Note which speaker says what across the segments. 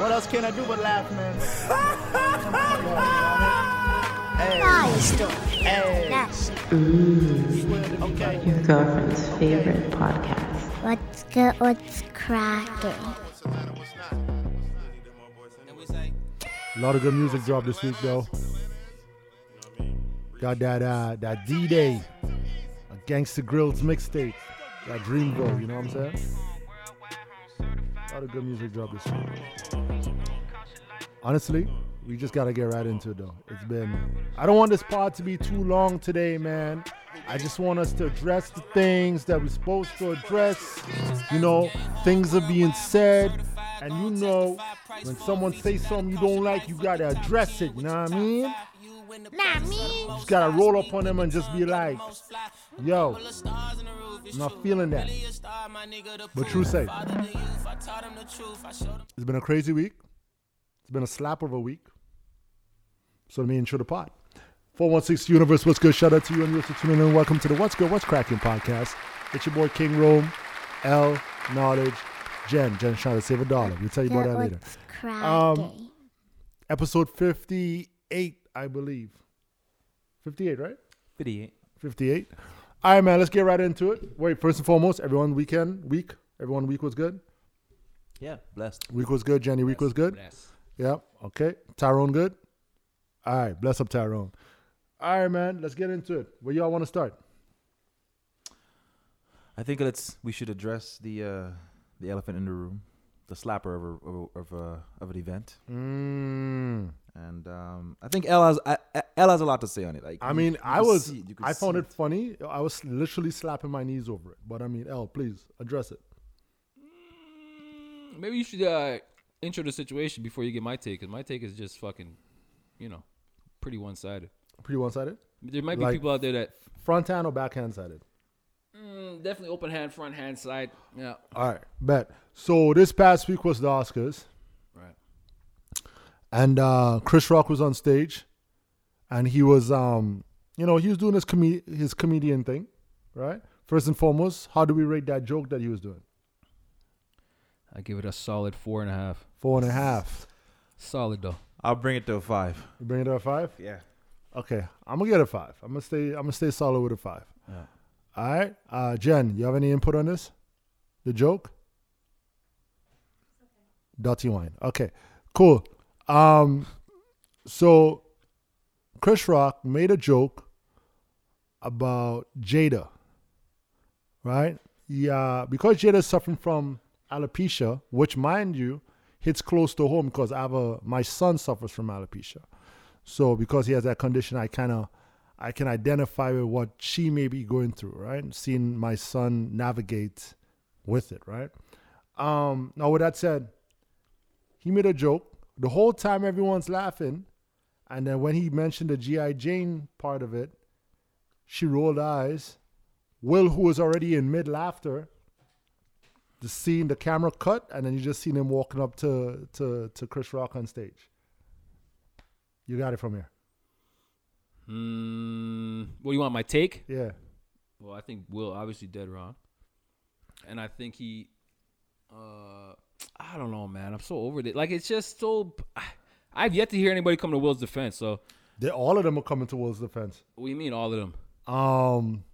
Speaker 1: What else can I do but laugh, man?
Speaker 2: Nice story.
Speaker 1: Hey,
Speaker 2: Nice.
Speaker 1: okay.
Speaker 3: Your girlfriend's favorite podcast.
Speaker 2: What's good? What's cracking?
Speaker 4: A lot of good music dropped this week, though. Got that uh, that D Day, a Gangsta Grills mixtape, that Dreamville. You know what I'm saying? A lot of good music dropped this week. Honestly, we just gotta get right into it, though. It's been. I don't want this pod to be too long today, man. I just want us to address the things that we're supposed to address. You know, things are being said, and you know, when someone says something you don't like, you gotta address it. You know what I mean?
Speaker 2: Not me.
Speaker 4: just gotta roll up on them and just be like, yo, I'm not feeling that. But true say, it's been a crazy week. It's been a slap of a week. So let me intro the pod. 416 Universe, what's good? Shout out to you and yours for tuning in. Welcome to the What's Good, What's Cracking podcast. It's your boy King Rome, L, Knowledge, Jen. Jen, shout out, save a dollar. We'll tell you about that later.
Speaker 2: What's cracking?
Speaker 4: Episode 58, I believe. 58, right?
Speaker 5: 58.
Speaker 4: 58. All right, man, let's get right into it. Wait, first and foremost, everyone weekend, week, everyone week was good.
Speaker 5: Yeah, blessed.
Speaker 4: Week was good. Jenny, week was good.
Speaker 5: Blessed.
Speaker 4: Yeah, okay. Tyrone, good. All right, bless up, Tyrone. All right, man, let's get into it. Where y'all want to start?
Speaker 5: I think let's we should address the uh, the elephant in the room, the slapper of a, of a, of, a, of an event,
Speaker 4: Mm.
Speaker 5: and um, I think Elle has I, I- Elle has a lot to say on it. Like
Speaker 4: I
Speaker 5: you-
Speaker 4: mean,
Speaker 5: you
Speaker 4: I
Speaker 5: could
Speaker 4: was,
Speaker 5: see you could
Speaker 4: I found
Speaker 5: see
Speaker 4: it funny. I was literally slapping my knees over it. But I mean, L, please address it.
Speaker 6: Maybe you should uh, intro the situation before you get my take, because my take is just fucking, you know, pretty one sided.
Speaker 4: Pretty one sided.
Speaker 6: There might be
Speaker 4: Like-
Speaker 6: people out there that
Speaker 4: Front hand or backhand sided?
Speaker 6: mm, definitely open hand, front hand, side. Yeah,
Speaker 4: All right, bet. So this past week was the Oscars.
Speaker 6: right.
Speaker 4: and uh, Chris Rock was on stage, and he was, um, you know, he was doing his com- his comedian thing, right? First and foremost, how do we rate that joke that he was doing?
Speaker 6: I give it a solid four and a half.
Speaker 4: Four and a half.
Speaker 6: Solid though.
Speaker 5: I'll bring it to a five.
Speaker 4: You bring it to a five.
Speaker 5: Yeah.
Speaker 4: Okay, I'm gonna get a five. I'm gonna stay. I'm gonna stay solid with a five.
Speaker 5: Yeah.
Speaker 4: All right, uh, Jen, you have any input on this? The joke. Dirty wine. Okay, cool. Um, so Chris Rock made a joke about Jada, right? Yeah, because Jada is suffering from alopecia, which, mind you, hits close to home because I have a my son suffers from alopecia. So because he has that condition, I kind of I can identify with what she may be going through, right? Seeing my son navigate with it, right? Um, now with that said, he made a joke. The whole time everyone's laughing, and then when he mentioned the GI Jane part of it, she rolled eyes. Will, who was already in mid laughter, the scene, the camera cut, and then you just seen him walking up to to to Chris Rock on stage. You got it from here.
Speaker 6: Mm, what do you want? My take?
Speaker 4: Yeah.
Speaker 6: Well, I think Will obviously dead wrong, and I think he. Uh, I don't know, man. I'm so over it. Like it's just so. I've yet to hear anybody come to Will's defense. So,
Speaker 4: They, all of them are coming towards the fence.
Speaker 6: what do you mean, all of them?
Speaker 4: Um,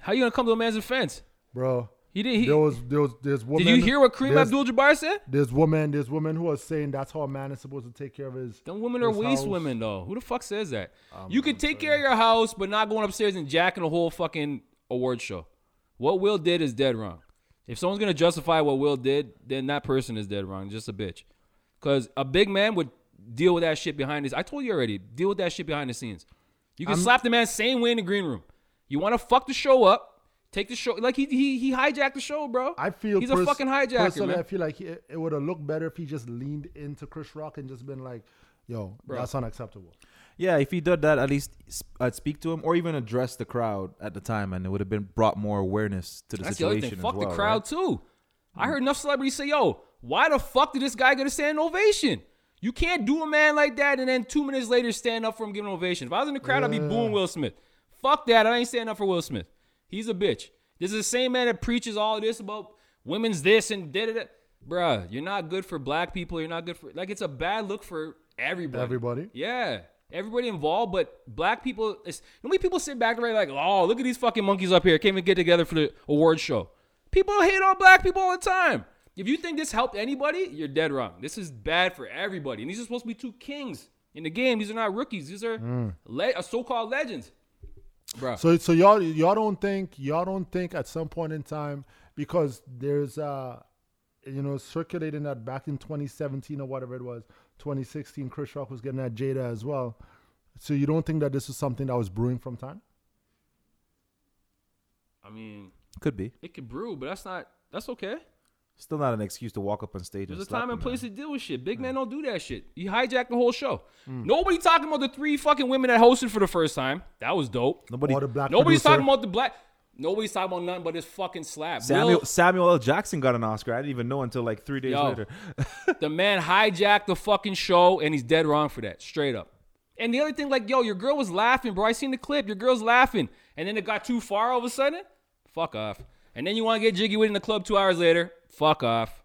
Speaker 6: How you gonna come to a man's defense?
Speaker 4: bro,
Speaker 6: He did. He,
Speaker 4: there was there was there's woman.
Speaker 6: did you hear what Kareem
Speaker 4: there's,
Speaker 6: Abdul-Jabbar said?
Speaker 4: There's woman. There's women who are saying that's how a man is supposed to take care of his.
Speaker 6: Them women are
Speaker 4: his
Speaker 6: waste
Speaker 4: house.
Speaker 6: women, though. Who the fuck says that? you can take care of your house, but not going upstairs and jacking a whole fucking award show. What Will did is dead wrong. If someone's gonna justify what Will did, then that person is dead wrong. Just a bitch. Cause a big man would deal with that shit behind his. I told you already. Deal with that shit behind the scenes. You can slap the man same way in the green room. You want to fuck the show up? Take the show like he he he hijacked the show, bro.
Speaker 4: I feel
Speaker 6: he's
Speaker 4: pers-
Speaker 6: a fucking hijacker,
Speaker 4: Personally, I
Speaker 6: man.
Speaker 4: feel like he, it would have looked better if he just leaned into Chris Rock and just been like, "Yo,
Speaker 6: Bro.
Speaker 4: that's unacceptable."
Speaker 5: Yeah, if he did that, at least s- I'd speak to him or even address the crowd at the time, and it would have been brought more awareness to the
Speaker 6: That's the other
Speaker 5: situation.
Speaker 6: thing.
Speaker 5: as
Speaker 6: Fuck
Speaker 5: well,
Speaker 6: the
Speaker 5: right?
Speaker 6: crowd too. I heard enough celebrities say, "Yo, why the fuck did this guy get a standing ovation?" You can't do a man like that and then two minutes later stand up for him giving an ovation. If I was in the crowd, I'd be booing Will Smith. Fuck that. I ain't standing up for Will Smith. He's a bitch. This is the same man that preaches all this about women's this and da da da. bruh, you're not good for black people. You're not good for like it's a bad look for everybody.
Speaker 4: Everybody.
Speaker 6: Yeah. Everybody involved, but black people. It's, you know how many people sit back and right like, oh, look at these fucking monkeys up here. Can't even get together for the award show. People hate on black people all the time. If you think this helped anybody, you're dead wrong. This is bad for everybody. And these are supposed to be two kings in the game. These are not rookies. These are le- uh, so-called legends, bruh.
Speaker 4: So so y'all y'all don't think y'all don't think at some point in time because there's uh you know circulating that back in 2017 or whatever it was 2016 Chris Rock was getting that Jada as well. So you don't think that this is something that was brewing from time?
Speaker 6: I mean,
Speaker 5: Could be.
Speaker 6: it could brew, but that's not. That's okay.
Speaker 5: Still not an excuse to walk up on stage.
Speaker 6: There's
Speaker 5: and
Speaker 6: a
Speaker 5: slap
Speaker 6: time
Speaker 5: a
Speaker 6: and
Speaker 5: man.
Speaker 6: place to deal with shit. Big man don't do that shit. He hijacked the whole show. Nobody talking about the three fucking women that hosted for the first time. That was dope.
Speaker 5: Nobody.
Speaker 4: or the black
Speaker 6: Nobody's
Speaker 4: producer?
Speaker 6: talking about the black. Nobody's talking about nothing but this fucking slap.
Speaker 5: Samuel
Speaker 6: Will-
Speaker 5: Samuel L. Jackson got an Oscar. I didn't even know until like three days
Speaker 6: Yo.
Speaker 5: later.
Speaker 6: the man hijacked the fucking show, and he's dead wrong for that, straight up. And the other thing, like, yo, your girl was laughing, bro. I seen the clip. Your girl's laughing, and then it got too far all of a sudden. Fuck off. And then you want to get jiggy with in the club two hours later. Fuck off.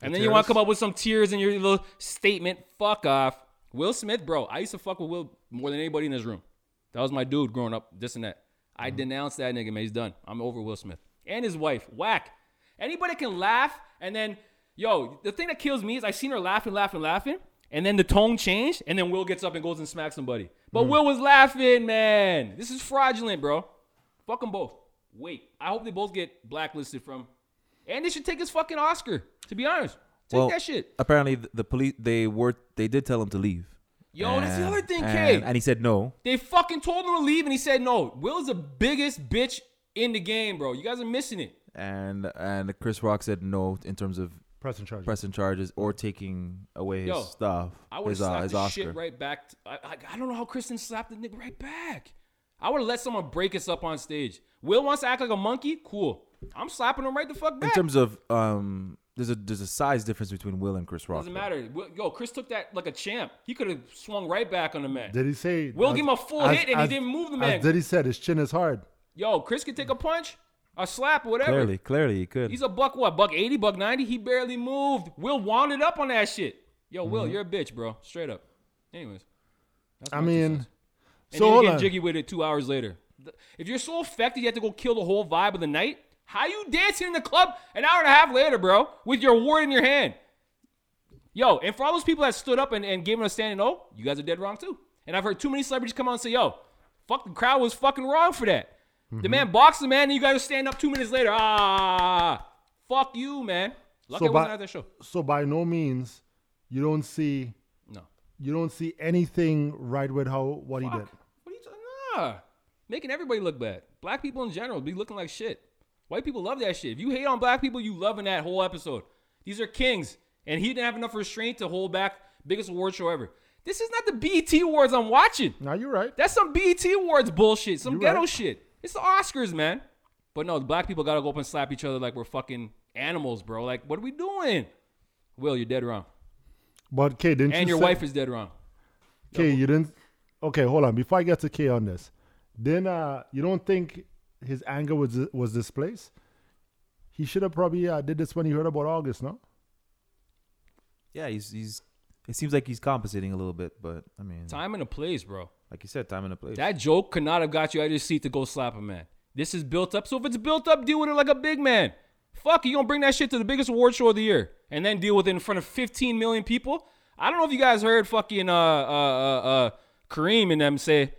Speaker 6: And then you want to come up with some tears in your little statement. Fuck off. Will Smith, bro. I used to fuck with Will more than anybody in this room. That was my dude growing up. This and that. I denounced that nigga, man. He's done. I'm over Will Smith and his wife. Whack. Anybody can laugh, and then yo, the thing that kills me is I seen her laughing, laughing, laughing, and then the tone changed, and then Will gets up and goes and smacks somebody. But Will was laughing, man. This is fraudulent, bro. Fuck them both. Wait, I hope they both get blacklisted from. And they should take his fucking Oscar. To be honest, take
Speaker 5: Well,
Speaker 6: that shit.
Speaker 5: Apparently, the, the police they were they did tell him to leave.
Speaker 6: Yo, that's the
Speaker 5: And-
Speaker 6: other thing, K.
Speaker 5: and, and he said no.
Speaker 6: They fucking told him to leave, and he said no. Will is the biggest bitch in the game, bro. You guys are missing it.
Speaker 5: And and Chris Rock said no in terms of
Speaker 4: Pressing charges.
Speaker 5: pressing charges or taking away his
Speaker 6: Yo,
Speaker 5: stuff.
Speaker 6: I would have
Speaker 5: his, uh,
Speaker 6: slapped
Speaker 5: his
Speaker 6: the
Speaker 5: Oscar.
Speaker 6: shit right back. t- I, I, I don't know how Kristen slapped the nigga right back. I would have let someone break us up on stage. Will wants to act like a monkey. Cool. I'm slapping him right the fuck
Speaker 5: In
Speaker 6: back.
Speaker 5: terms of um, there's a there's a size difference between Will and Chris Rock.
Speaker 6: Doesn't
Speaker 5: though.
Speaker 6: matter. Will- Yo, Chris took that like a champ. He could have swung right back on the man.
Speaker 4: Did he say?
Speaker 6: Will give him a full hit and he didn't move the
Speaker 4: as
Speaker 6: man.
Speaker 4: Did he said his chin is hard?
Speaker 6: Yo, Chris could take a punch, a slap, or whatever.
Speaker 5: Clearly, clearly he could.
Speaker 6: He's a buck what? Buck 80, buck 90? He barely moved. Will wanted up on that shit. Yo, Will, you're a bitch, bro. Straight up. Anyways. that's
Speaker 4: Mm-hmm. I
Speaker 6: my two
Speaker 4: mean,
Speaker 6: cents. And
Speaker 4: so
Speaker 6: then
Speaker 4: hold
Speaker 6: you get
Speaker 4: on.
Speaker 6: jiggy with it two hours later. Th- If you're so affected, you have to go kill the whole vibe of the night. How you dancing in the club an hour and a half later, bro, with your award in your hand? Yo, and for all those people that stood up and, and gave him a standing O, you guys are dead wrong too. And I've heard too many celebrities come out and say, yo, fuck the crowd was fucking wrong for that. The man boxed the man and you guys stand up two minutes later. Ah, fuck you, man. Lucky
Speaker 4: So
Speaker 6: I
Speaker 4: by-
Speaker 6: wasn't at that show.
Speaker 4: So by no means, you don't see
Speaker 6: No.
Speaker 4: you don't see anything right with how what he did.
Speaker 6: Fuck. What are you talking? Nah, making everybody look bad. Black people in general be looking like shit. White people love that shit. If you hate on black people, you loving that whole episode. These are kings, and he didn't have enough restraint to hold back biggest award show ever. This is not the BET Awards I'm watching.
Speaker 4: Now you're right.
Speaker 6: That's some BET Awards bullshit. Some
Speaker 4: You're
Speaker 6: ghetto
Speaker 4: right.
Speaker 6: shit. It's the Oscars, man. But no, the black people gotta go up and slap each other like we're fucking animals, bro. Like, what are we doing? Will, you're dead wrong.
Speaker 4: But Kay, didn't
Speaker 6: And
Speaker 4: you
Speaker 6: your
Speaker 4: say,
Speaker 6: wife is dead wrong.
Speaker 4: Kay, you didn't. Okay, hold on. Before I get to Kay on this, then uh, you don't think his anger was was displaced? He should have probably uh, did this when he heard about August, no?
Speaker 5: yeah, he's he's. It seems like he's compensating a little bit, but I mean,
Speaker 6: Time and a place, bro.
Speaker 5: like you said, time and a place.
Speaker 6: That joke could not have got you out of your seat to go slap a man. This is built up. So if it's built up, deal with it like a big man. Fuck, you gonna bring that shit to the biggest award show of the year and then deal with it in front of 15 million people? I don't know if you guys heard fucking uh uh uh, uh Kareem and them say.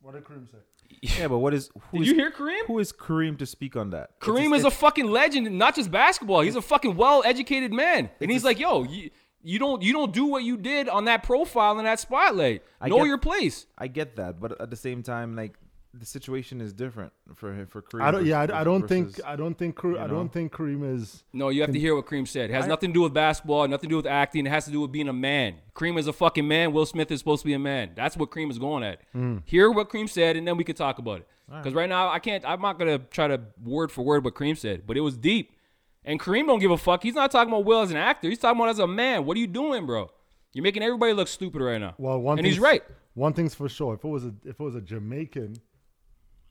Speaker 4: What did Kareem say?
Speaker 5: yeah, but what is? Who
Speaker 6: Did
Speaker 5: is-
Speaker 6: you hear Kareem?
Speaker 5: Who is Kareem to speak on that? It's
Speaker 6: Kareem is a fucking legend, and not just basketball. He's a fucking well-educated man, and he's like, "Yo, you, you don't you don't do what you did on that profile in that spotlight.
Speaker 5: I
Speaker 6: know
Speaker 5: get-
Speaker 6: your place."
Speaker 5: I get that, but at the same time, like the situation is different for him for Kareem.
Speaker 4: I don't. Yeah, I, I don't think.
Speaker 5: versus-
Speaker 4: I don't think. Kareem, I
Speaker 5: know?
Speaker 4: don't think Kareem is.
Speaker 6: No, you have to hear what Kareem said. It has nothing to do with basketball, nothing to do with acting. It has to do with being a man. Kareem is a fucking man. Will Smith is supposed to be a man. That's what Kareem is going at.
Speaker 4: Hmm.
Speaker 6: Hear what Kareem said, and then we can talk about it. Because right now, I can't. I'm not gonna try to word for word what Kareem said, but it was deep. And Kareem don't give a fuck. He's not talking about Will as an actor. He's talking about as a man. What are you doing, bro? You're making everybody look stupid right now.
Speaker 4: Well, one
Speaker 6: and he's
Speaker 4: thing's-
Speaker 6: right.
Speaker 4: One thing's for sure. If it was a if it was a Jamaican,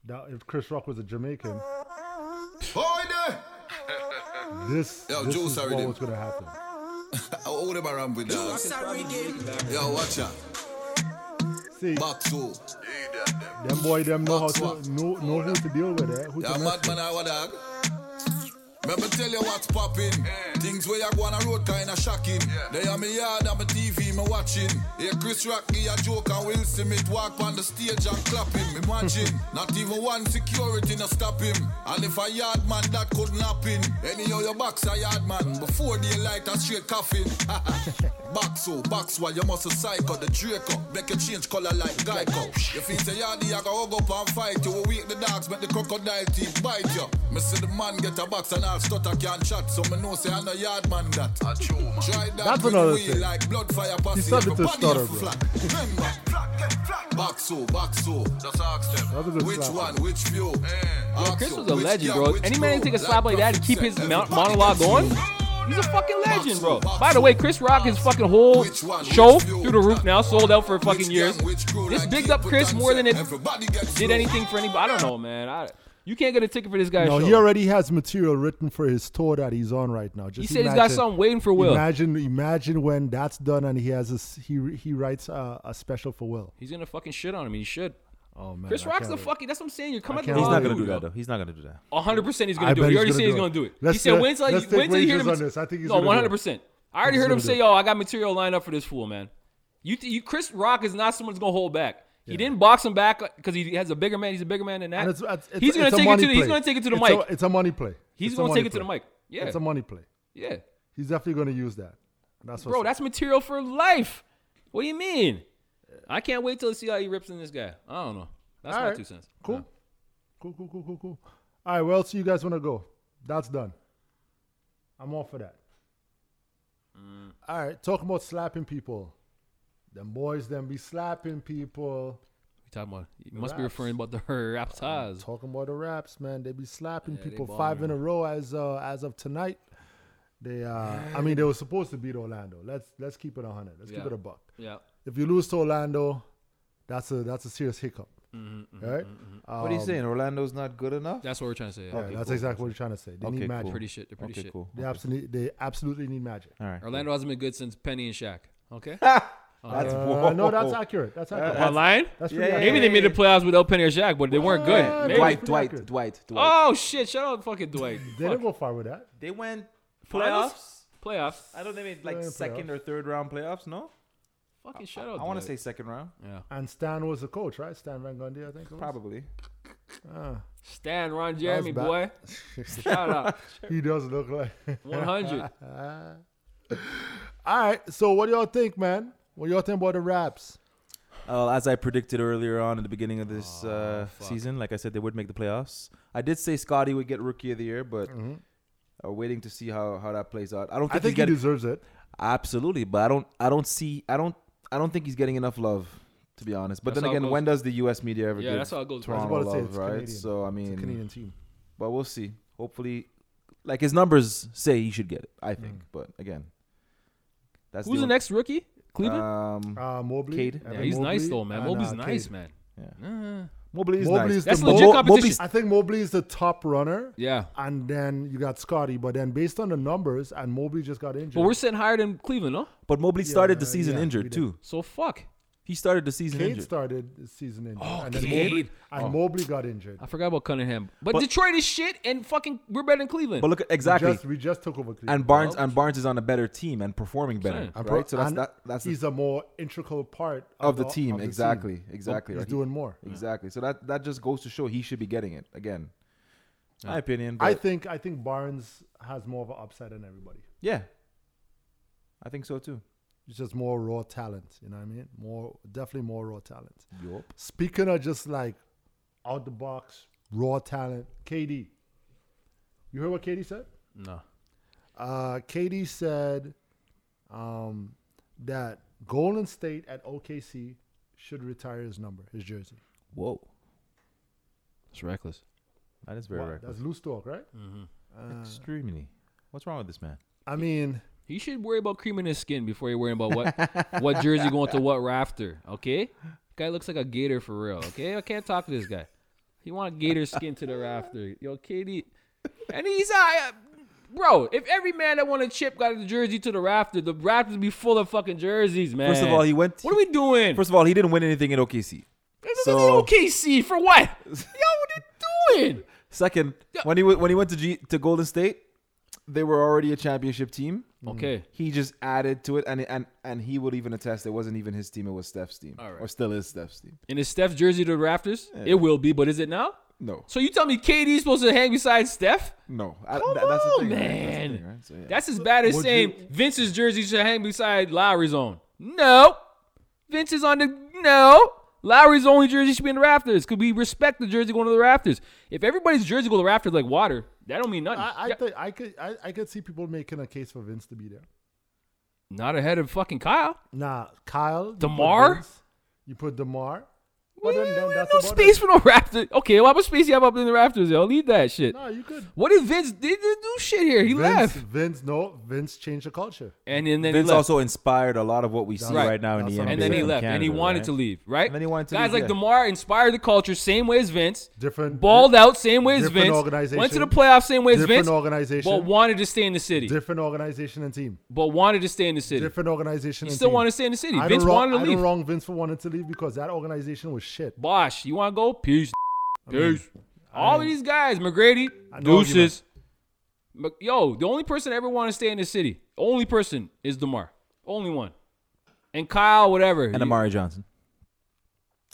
Speaker 4: that if Chris Rock was a Jamaican, This,
Speaker 7: Yo,
Speaker 4: this
Speaker 7: Juice
Speaker 4: is
Speaker 7: already
Speaker 4: what
Speaker 7: did.
Speaker 4: was gonna happen.
Speaker 7: Oh, what am I wrong with that? Yo, watch out.
Speaker 4: See,
Speaker 7: Back two.
Speaker 4: them boy, them know how to know, know who to deal with. Eh? Who
Speaker 7: Yeah,
Speaker 4: to mess
Speaker 7: madman, I dog. Remember tell you what's poppin'. Things where you go on a road kinda shocking. They are me yard and my TV, me watching. Hear Chris Rock give a joke and Will Smith walk on the stage and clap him. Imagine, not even one security no stop him. And if a yard man that couldn't happen, anyhow your box a yard man. Before daylight a straight coffin. box so, box while you must a psycho, the Draco. Make you change color like Geico. You feel say yardie, I go hug up and fight you. We wake the dogs, make the crocodile teeth bite you. Me see the man get a box and all stutter can't chat, so me know say I no yard man that. Try that
Speaker 4: That's
Speaker 7: with
Speaker 4: another
Speaker 7: wheel
Speaker 4: thing.
Speaker 7: Like blood fire
Speaker 4: He
Speaker 7: passing
Speaker 4: started to
Speaker 7: everybody
Speaker 4: stutter,
Speaker 7: off
Speaker 4: bro.
Speaker 7: flat. Remember, box so, box so. Just ask
Speaker 4: Started
Speaker 7: them. Eh.
Speaker 4: to
Speaker 7: Which
Speaker 4: slap.
Speaker 7: one, which view? Ask
Speaker 6: Chris
Speaker 7: you,
Speaker 6: was a
Speaker 7: which
Speaker 6: legend,
Speaker 7: girl,
Speaker 6: bro.
Speaker 7: which
Speaker 6: Any man
Speaker 7: crew?
Speaker 6: take a slap like that and
Speaker 7: Chris
Speaker 6: keep
Speaker 7: said,
Speaker 6: his mon-
Speaker 7: everybody
Speaker 6: monologue
Speaker 7: gets
Speaker 6: going.
Speaker 7: you.
Speaker 6: He's a fucking legend, bro. By the way, Chris Rock his fucking whole show through the roof now, sold out for fucking years. This bigged up Chris more than it did anything for anybody. I don't know, man. I, you can't get a ticket for this guy's
Speaker 4: No,
Speaker 6: show.
Speaker 4: he already has material written for his tour that he's on right now.
Speaker 6: he
Speaker 4: Just
Speaker 6: said he's got
Speaker 4: imagine-
Speaker 6: something waiting for Will.
Speaker 4: Imagine, imagine when that's done and he has a, s- he he writes a, a special for Will.
Speaker 6: He's gonna fucking shit on him. He should.
Speaker 4: Oh man,
Speaker 6: Chris
Speaker 4: I
Speaker 6: Rock's the
Speaker 4: can't-
Speaker 6: fucking. That's what I'm saying. You're coming.
Speaker 4: can't
Speaker 5: He's
Speaker 4: Oh,
Speaker 5: not
Speaker 4: dude,
Speaker 5: gonna do that though. He's not gonna do that.
Speaker 6: hundred percent he's gonna
Speaker 4: I
Speaker 6: do it.
Speaker 4: bet
Speaker 6: He
Speaker 4: he's
Speaker 6: already
Speaker 4: gonna
Speaker 6: said he's
Speaker 4: do
Speaker 6: gonna
Speaker 4: it.
Speaker 6: do it.
Speaker 4: Let's-
Speaker 6: he said when's like
Speaker 4: let's take
Speaker 6: when's he hear
Speaker 4: wagers
Speaker 6: him?
Speaker 4: on this. I think he's
Speaker 6: no,
Speaker 4: gonna do it.
Speaker 6: one hundred percent. I already heard him
Speaker 4: gonna do
Speaker 6: say,
Speaker 4: it.
Speaker 6: "Yo, I got material lined up for this fool, man." You, th- you Chris Rock is not someone that's gonna hold back. He didn't box him back because he has a bigger man. He's a bigger man than that.
Speaker 4: And it's, it's, it's,
Speaker 6: he's gonna
Speaker 4: it's a
Speaker 6: take it
Speaker 4: money
Speaker 6: to the, he's
Speaker 4: play.
Speaker 6: gonna take it to the
Speaker 4: It's a-
Speaker 6: mic.
Speaker 4: it's a money play.
Speaker 6: he's
Speaker 4: It's a
Speaker 6: gonna
Speaker 4: money
Speaker 6: take it to the
Speaker 4: play.
Speaker 6: mic. Yeah,
Speaker 4: It's a money play.
Speaker 6: yeah,
Speaker 4: He's definitely gonna use that. That's what's
Speaker 6: bro, that's material for life. What do you mean? I can't wait till to see how he rips in this guy. I don't know. That's
Speaker 4: All
Speaker 6: my
Speaker 4: right.
Speaker 6: two cents.
Speaker 4: Cool. Cool, cool, cool, cool, cool. All right, where else do you guys want to go? That's done. I'm all for that.
Speaker 5: Mm.
Speaker 4: All right, talking about slapping people. Them boys, them be slapping people.
Speaker 6: You talking about? You must be
Speaker 4: Raps.
Speaker 6: referring about the raptors.
Speaker 4: Talking about the raps, man. They be slapping
Speaker 6: they
Speaker 4: people
Speaker 6: balling,
Speaker 4: five in a row as uh, as of tonight. They, uh, I mean, they were supposed to beat Orlando. Let's let's keep it a hundred. Let's
Speaker 6: Yeah.
Speaker 4: keep it a buck.
Speaker 6: Yeah.
Speaker 4: If you lose to Orlando, that's a that's a serious hiccup,
Speaker 5: Mm-hmm,
Speaker 4: right? Um,
Speaker 5: what are you saying? Orlando's not good enough?
Speaker 6: That's what we're trying to say. Um, yeah.
Speaker 4: Yeah, that's exactly what you're trying to say. They
Speaker 5: Okay,
Speaker 4: need
Speaker 5: cool.
Speaker 4: magic.
Speaker 6: Pretty shit. They're pretty
Speaker 5: okay,
Speaker 6: shit.
Speaker 5: cool.
Speaker 4: They absolutely, they absolutely need magic.
Speaker 5: All right.
Speaker 6: Orlando hasn't been good since Penny and Shaq. Okay.
Speaker 5: That's
Speaker 4: Uh, no, that's accurate. That's accurate.
Speaker 6: Am I lying?
Speaker 4: that's
Speaker 5: Uh-huh. yeah,
Speaker 4: pretty
Speaker 6: Maybe
Speaker 4: accurate.
Speaker 6: they made the playoffs without Penny or Shaq, but they weren't good. Maybe.
Speaker 5: Dwight,
Speaker 4: pretty
Speaker 5: Dwight,
Speaker 4: accurate.
Speaker 5: Dwight, Dwight,
Speaker 6: Oh shit! Shut up, fucking Dwight.
Speaker 4: They didn't go far with that.
Speaker 5: They went
Speaker 6: Finals?
Speaker 5: playoffs.
Speaker 6: Playoffs.
Speaker 5: I don't think they made
Speaker 4: They
Speaker 5: like
Speaker 4: went
Speaker 5: second or third round playoffs. No,
Speaker 6: Fucking shut up.
Speaker 5: I want to say
Speaker 6: Oh, Dwight.
Speaker 5: second round,
Speaker 6: Yeah.
Speaker 4: And Stan was the coach, right? Stan Van Gundy, I think. it was.
Speaker 5: probably.
Speaker 6: Stan, Ron, Jeremy,
Speaker 4: bad.
Speaker 6: boy. Shout out.
Speaker 4: He does look like.
Speaker 6: One hundred.
Speaker 4: All right. So, what do y'all think, man? What y'all think about the raps?
Speaker 5: Uh, as I predicted earlier on at the beginning of this
Speaker 6: Oh,
Speaker 5: uh, season, like I said, they would make the playoffs. I did say Scotty would get Rookie of the Year, but uh, waiting to see how, how that plays out. I don't
Speaker 4: Mm-hmm. I
Speaker 5: think,
Speaker 4: think
Speaker 5: he's
Speaker 4: he
Speaker 5: getting
Speaker 4: deserves it.
Speaker 5: absolutely, but I don't I don't see I don't I don't think he's getting enough love to be honest. But
Speaker 6: That's
Speaker 5: then
Speaker 6: how it
Speaker 5: again,
Speaker 6: goes.
Speaker 5: when does the U.S. media ever
Speaker 6: Yeah,
Speaker 5: give
Speaker 6: that's how it goes.
Speaker 4: I was
Speaker 5: Toronto
Speaker 4: about to say
Speaker 5: love,
Speaker 4: it's
Speaker 5: right?
Speaker 4: Canadian.
Speaker 5: So I mean,
Speaker 4: it's a Canadian team.
Speaker 5: but we'll see. Hopefully, like his numbers say he should get it. I
Speaker 4: Mm.
Speaker 5: think, but again, that's
Speaker 6: Who's the
Speaker 5: only-
Speaker 6: next rookie? Cleveland.
Speaker 5: Um,
Speaker 4: Uh, Mobley.
Speaker 5: Cade.
Speaker 4: Evan
Speaker 6: yeah, he's nice
Speaker 4: Mobley,
Speaker 6: though, man.
Speaker 4: and,
Speaker 6: Mobley's
Speaker 4: uh,
Speaker 6: nice,
Speaker 4: Cade.
Speaker 6: man.
Speaker 5: Mobley is
Speaker 4: Mobley
Speaker 5: nice.
Speaker 4: is
Speaker 6: That's
Speaker 4: the
Speaker 6: legit
Speaker 4: Mo-
Speaker 6: competition.
Speaker 4: I think Mobley is the top runner.
Speaker 6: Yeah.
Speaker 4: And then you got Scotty, but then based on the numbers, and Mobley just got injured.
Speaker 6: But we're sitting higher than Cleveland, no?
Speaker 5: But Mobley started the
Speaker 4: yeah, uh,
Speaker 5: season
Speaker 4: yeah, we
Speaker 5: injured
Speaker 4: did.
Speaker 5: too.
Speaker 6: So fuck.
Speaker 5: He started the season
Speaker 4: Cade
Speaker 5: injured.
Speaker 4: started the season injured.
Speaker 6: Oh,
Speaker 4: and then
Speaker 6: Cade. Oh.
Speaker 4: Mobley, and Mobley got injured.
Speaker 6: I forgot about Cunningham. But,
Speaker 5: But-
Speaker 6: Detroit is shit, and fucking we're better than Cleveland.
Speaker 5: but look at
Speaker 4: We
Speaker 5: exactly.
Speaker 4: just, we just took over Cleveland.
Speaker 5: And Barnes and Barnes is on a better team and performing better,
Speaker 6: Saying.
Speaker 5: right?
Speaker 4: And Bro-
Speaker 5: So that's
Speaker 4: and
Speaker 5: that, that's the-
Speaker 4: he's a more integral part
Speaker 5: of the team.
Speaker 4: of
Speaker 5: exactly,
Speaker 4: team. Oh,
Speaker 5: exactly.
Speaker 4: He's
Speaker 5: right? He-
Speaker 4: doing more.
Speaker 5: Exactly. So that that just goes to show he should be getting it again. My opinion. But
Speaker 4: I think I think Barnes has more of an upside than everybody.
Speaker 5: yeah, I think so too.
Speaker 4: It's just more raw talent. You know what I mean? More definitely more raw talent.
Speaker 5: Yup.
Speaker 4: Speaking of just like out the box raw talent, KD. You heard what KD said?
Speaker 6: no.
Speaker 4: Uh, KD said um, that Golden State at OKC should retire his number, his jersey.
Speaker 5: Whoa,
Speaker 6: It's reckless.
Speaker 5: that is very
Speaker 4: Wow,
Speaker 5: reckless.
Speaker 4: That's loose talk, right?
Speaker 5: Extremely. What's wrong with this man?
Speaker 4: I mean,
Speaker 6: He should worry about creaming his skin before he worrying about what what jersey going to what rafter. Okay, guy looks like a gator for real. Okay, I can't talk to this guy. He want gator skin to the rafter. Yo, KD, and he's uh, Bro, if every man that won a chip got a jersey to the rafter, the rafters be full of fucking jerseys, man.
Speaker 5: First of all, he went-
Speaker 6: What are we doing?
Speaker 5: First of all, he didn't win anything in OKC.
Speaker 6: This is
Speaker 5: so-
Speaker 6: an OKC for what? Yo, what are you doing?
Speaker 5: Second, when he w- when he went to G- to Golden State, they were already a championship team.
Speaker 6: Okay.
Speaker 5: He just added to it, and and and he would even attest it wasn't even his team; it was Steph's team,
Speaker 6: right.
Speaker 5: or still is Steph's team.
Speaker 6: And is Steph's jersey to the rafters? It will be, but is it now?
Speaker 5: No,
Speaker 6: So you tell me KD's supposed to hang beside Steph?
Speaker 5: no. I,
Speaker 6: Come
Speaker 5: that- that's the thing, right? That's
Speaker 6: on, man.
Speaker 5: the thing, right? So, yeah.
Speaker 6: That's as bad as
Speaker 4: Would
Speaker 6: saying
Speaker 4: you-
Speaker 6: Vince's jersey should hang beside Lowry's own. No. Vince is on the no. Lowry's only jersey should be in the rafters. Could we respect the jersey going to the rafters? If everybody's jersey go to the rafters like water, that don't mean nothing.
Speaker 4: I, I
Speaker 6: Yeah,
Speaker 4: think I could I, I could see people making a case for Vince to be there.
Speaker 6: Not ahead of fucking Kyle.
Speaker 4: Nah, Kyle, you put
Speaker 6: DeMar?
Speaker 4: Vince, you put Demar.
Speaker 6: We,
Speaker 4: But then, then
Speaker 6: we have
Speaker 4: that's
Speaker 6: no
Speaker 4: about
Speaker 6: space
Speaker 4: it.
Speaker 6: for no rafters. Okay, well, how much space you have up in the rafters, yo? Leave that shit.
Speaker 4: Nah, you could.
Speaker 6: What did Vince did do shit here? He
Speaker 4: Vince,
Speaker 6: left.
Speaker 4: Vince, no, Vince changed the culture.
Speaker 6: And then, then he
Speaker 5: Vince
Speaker 6: left.
Speaker 5: also inspired a lot of what we see
Speaker 6: Right.
Speaker 5: right, now in the
Speaker 4: That's
Speaker 5: NBA.
Speaker 4: what I'm
Speaker 6: and then he
Speaker 4: in
Speaker 6: left, and he
Speaker 5: Canada,
Speaker 6: wanted
Speaker 5: right?
Speaker 6: to leave, right?
Speaker 5: And then he wanted to
Speaker 6: Guys
Speaker 5: leave,
Speaker 6: like
Speaker 5: yeah.
Speaker 6: Demar inspired the culture, same way as Vince.
Speaker 4: Different-
Speaker 6: balled out, same way as
Speaker 4: different
Speaker 6: Vince.
Speaker 4: organization,
Speaker 6: Went to the playoffs, same way as
Speaker 4: different
Speaker 6: Vince.
Speaker 4: organization.
Speaker 6: but wanted to stay in the city.
Speaker 4: Different organization and team.
Speaker 6: but wanted to stay in the city.
Speaker 4: Different organization.
Speaker 6: He
Speaker 4: and
Speaker 6: still
Speaker 4: team.
Speaker 6: wanted to stay in the city.
Speaker 4: I don't
Speaker 6: Vince
Speaker 4: wrong,
Speaker 6: wanted to
Speaker 4: I
Speaker 6: leave.
Speaker 4: don't wrong Vince for wanting to leave because that organization was shit.
Speaker 6: Bosh, you want to go? Peace. Peace. All of these guys, McGrady,
Speaker 4: I know you,
Speaker 6: Deuces. Mc- Yo, the only person that ever want to stay in the city, only person is Demar, only one, and Kyle, whatever,
Speaker 5: And
Speaker 6: He-
Speaker 5: Amari Johnson,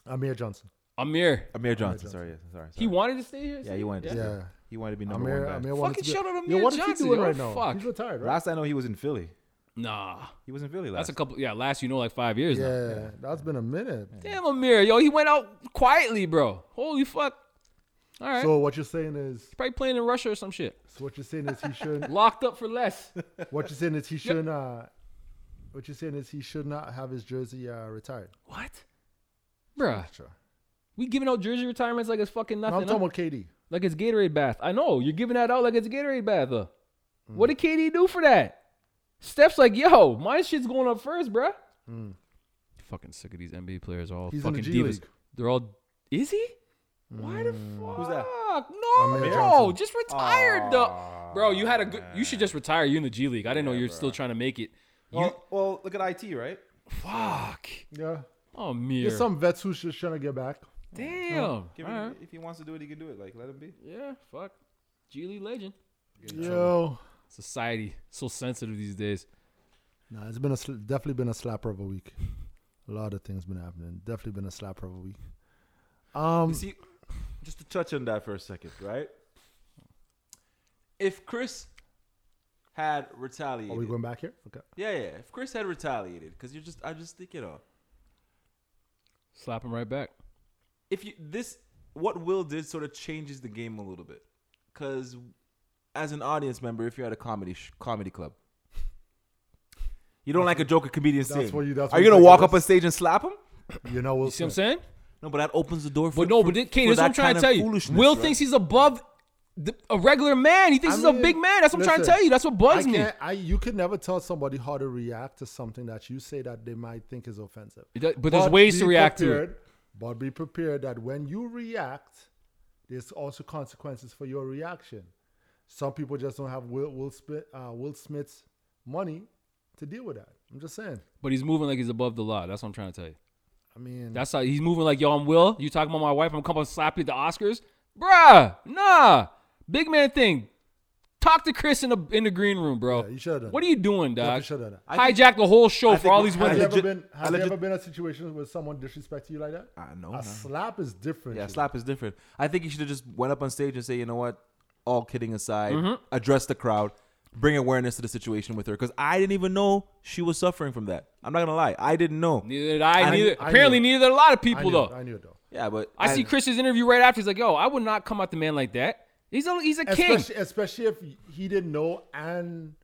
Speaker 4: Amir Johnson.
Speaker 6: Amir.
Speaker 5: Amir Johnson. Sorry, yeah, sorry, sorry.
Speaker 6: He wanted to stay here.
Speaker 5: yeah, he wanted. To,
Speaker 4: Yeah.
Speaker 5: he wanted to be number
Speaker 4: Amir,
Speaker 5: one guy.
Speaker 4: Amir wanted
Speaker 6: Fucking
Speaker 4: to be-
Speaker 6: shout out
Speaker 4: Yo,
Speaker 6: Amir
Speaker 4: what is he
Speaker 6: Johnson,
Speaker 4: doing
Speaker 6: yo,
Speaker 4: right now?
Speaker 6: fuck.
Speaker 4: He's retired, right?
Speaker 5: Last I know, he was in Philly.
Speaker 6: Nah.
Speaker 5: He was in Philly last.
Speaker 6: That's a couple. Yeah, last you know, like five years. now.
Speaker 4: Yeah, that's been a minute.
Speaker 6: Damn, Amir, yo, he went out quietly, bro. Holy fuck. All right.
Speaker 4: So what you're saying is,
Speaker 6: Probably playing in Russia or some shit.
Speaker 4: so what you're saying is he shouldn't.
Speaker 6: Locked up for less.
Speaker 4: what you're saying is he should not. What you're saying is he should not have his jersey uh, retired.
Speaker 6: what? Bruh,
Speaker 4: Sure.
Speaker 6: we giving out jersey retirements like it's fucking
Speaker 4: No,
Speaker 6: nothing.
Speaker 4: I'm
Speaker 6: huh?
Speaker 4: talking about KD.
Speaker 6: like it's Gatorade bath. I know you're giving that out like it's a Gatorade bath. Huh?
Speaker 4: Mm.
Speaker 6: What did KD do for that? Steph's like, yo, my shit's going up first, bruh. Fucking sick of these NBA players. All
Speaker 4: Mm. He's in
Speaker 6: fucking
Speaker 4: the G
Speaker 6: divas.
Speaker 4: League. Mm.
Speaker 6: They're all. Is he? Why the fuck?
Speaker 5: Who's that?
Speaker 6: No,
Speaker 4: Amir
Speaker 6: bro,
Speaker 4: Johnson.
Speaker 6: just retired. though. Bro, you had a good. You should just retire. You in the G League. I didn't know you were still trying to make it. You
Speaker 5: Well, well, look at it, right?
Speaker 6: fuck.
Speaker 4: Yeah.
Speaker 6: Oh, Amir.
Speaker 4: There's some vets who's just trying to get back.
Speaker 6: Damn. All
Speaker 5: Give
Speaker 6: right.
Speaker 5: him, if he wants to do it, he can do it. Like let him be.
Speaker 6: Yeah. Fuck. G League legend.
Speaker 4: Yo.
Speaker 6: Society so sensitive these days.
Speaker 4: Nah, it's been a sl- definitely been a slapper of a week. A lot of things been happening. Definitely been a slapper of a week. Um,
Speaker 5: See, just to touch on that for a second, right? If Chris had
Speaker 4: are we
Speaker 5: retaliated,
Speaker 4: going back here? Okay.
Speaker 5: yeah, yeah. If Chris had retaliated, because you're just, I just think it up.
Speaker 6: Slap him right back.
Speaker 5: If you this, what Will did sort of changes the game a little bit, because as an audience member, if you're at a comedy sh- comedy club. You don't like a joke a comedian saying.
Speaker 4: what you- that's
Speaker 5: Are
Speaker 4: what
Speaker 5: you
Speaker 4: you
Speaker 5: gonna
Speaker 4: think it
Speaker 5: walk up
Speaker 4: is?
Speaker 5: on stage and slap him?
Speaker 4: You know, we'll
Speaker 6: See what I'm saying?
Speaker 5: No, but that opens the door for.
Speaker 6: But no,
Speaker 5: for,
Speaker 6: but it- okay,
Speaker 5: for
Speaker 6: that's what I'm
Speaker 5: that
Speaker 6: trying
Speaker 5: kind
Speaker 6: to
Speaker 5: of
Speaker 6: tell you.
Speaker 5: foolishness,
Speaker 6: Will
Speaker 5: right?
Speaker 6: thinks he's above the, a regular man. He thinks
Speaker 4: I
Speaker 6: he's a
Speaker 4: mean,
Speaker 6: big man. That's what I'm trying to
Speaker 4: listen,
Speaker 6: tell you. That's what bugs
Speaker 4: I
Speaker 6: me.
Speaker 4: can't- I, you can never tell somebody how to react to something that you say that they might think is offensive.
Speaker 6: It does- but there's ways to
Speaker 4: be
Speaker 6: react to it.
Speaker 4: prepared, But be prepared that when you react, there's also consequences for your reaction. Some people just don't have Will, Will, Smith, uh, Will Smith's money to deal with that. I'm just saying.
Speaker 6: But he's moving like he's above the law. That's what I'm trying to tell you.
Speaker 4: I mean,
Speaker 6: That's how he's moving like, yo, I'm Will. You talking about my wife? I'm coming to slap you at the Oscars, bruh. Nah, big man thing. Talk to Chris in the in the green room, bro.
Speaker 4: Yeah, you should've done
Speaker 6: What are
Speaker 4: that.
Speaker 6: you doing,
Speaker 4: Definitely
Speaker 6: dog?
Speaker 4: should've done
Speaker 6: Hijack the whole show
Speaker 5: I
Speaker 6: for
Speaker 5: think-
Speaker 6: all these
Speaker 5: I
Speaker 4: have,
Speaker 6: women.
Speaker 4: you ever,
Speaker 5: legit-
Speaker 4: been, have
Speaker 5: I
Speaker 4: you
Speaker 5: legit-
Speaker 4: ever been in a situation where someone disrespects you like that?
Speaker 5: I know.
Speaker 4: A
Speaker 5: no.
Speaker 4: slap is different.
Speaker 5: Yeah,
Speaker 4: you know.
Speaker 5: slap is different. I think he should have just went up on stage and say, you know what? All kidding aside, address the crowd, bring awareness to the situation with her. Because I didn't even know she was suffering from that. I'm not gonna lie, I didn't know.
Speaker 6: Neither did I.
Speaker 5: I knew-
Speaker 6: neither,
Speaker 4: I
Speaker 6: apparently,
Speaker 4: knew.
Speaker 6: neither did a lot of
Speaker 4: I
Speaker 6: people
Speaker 4: knew,
Speaker 6: though.
Speaker 4: it, I knew it though.
Speaker 5: Yeah, but
Speaker 6: I, see Chris's interview right after. He's like, "Yo, I would not come at the man like that. He's a he's a king."
Speaker 4: Especially, especially if he didn't know and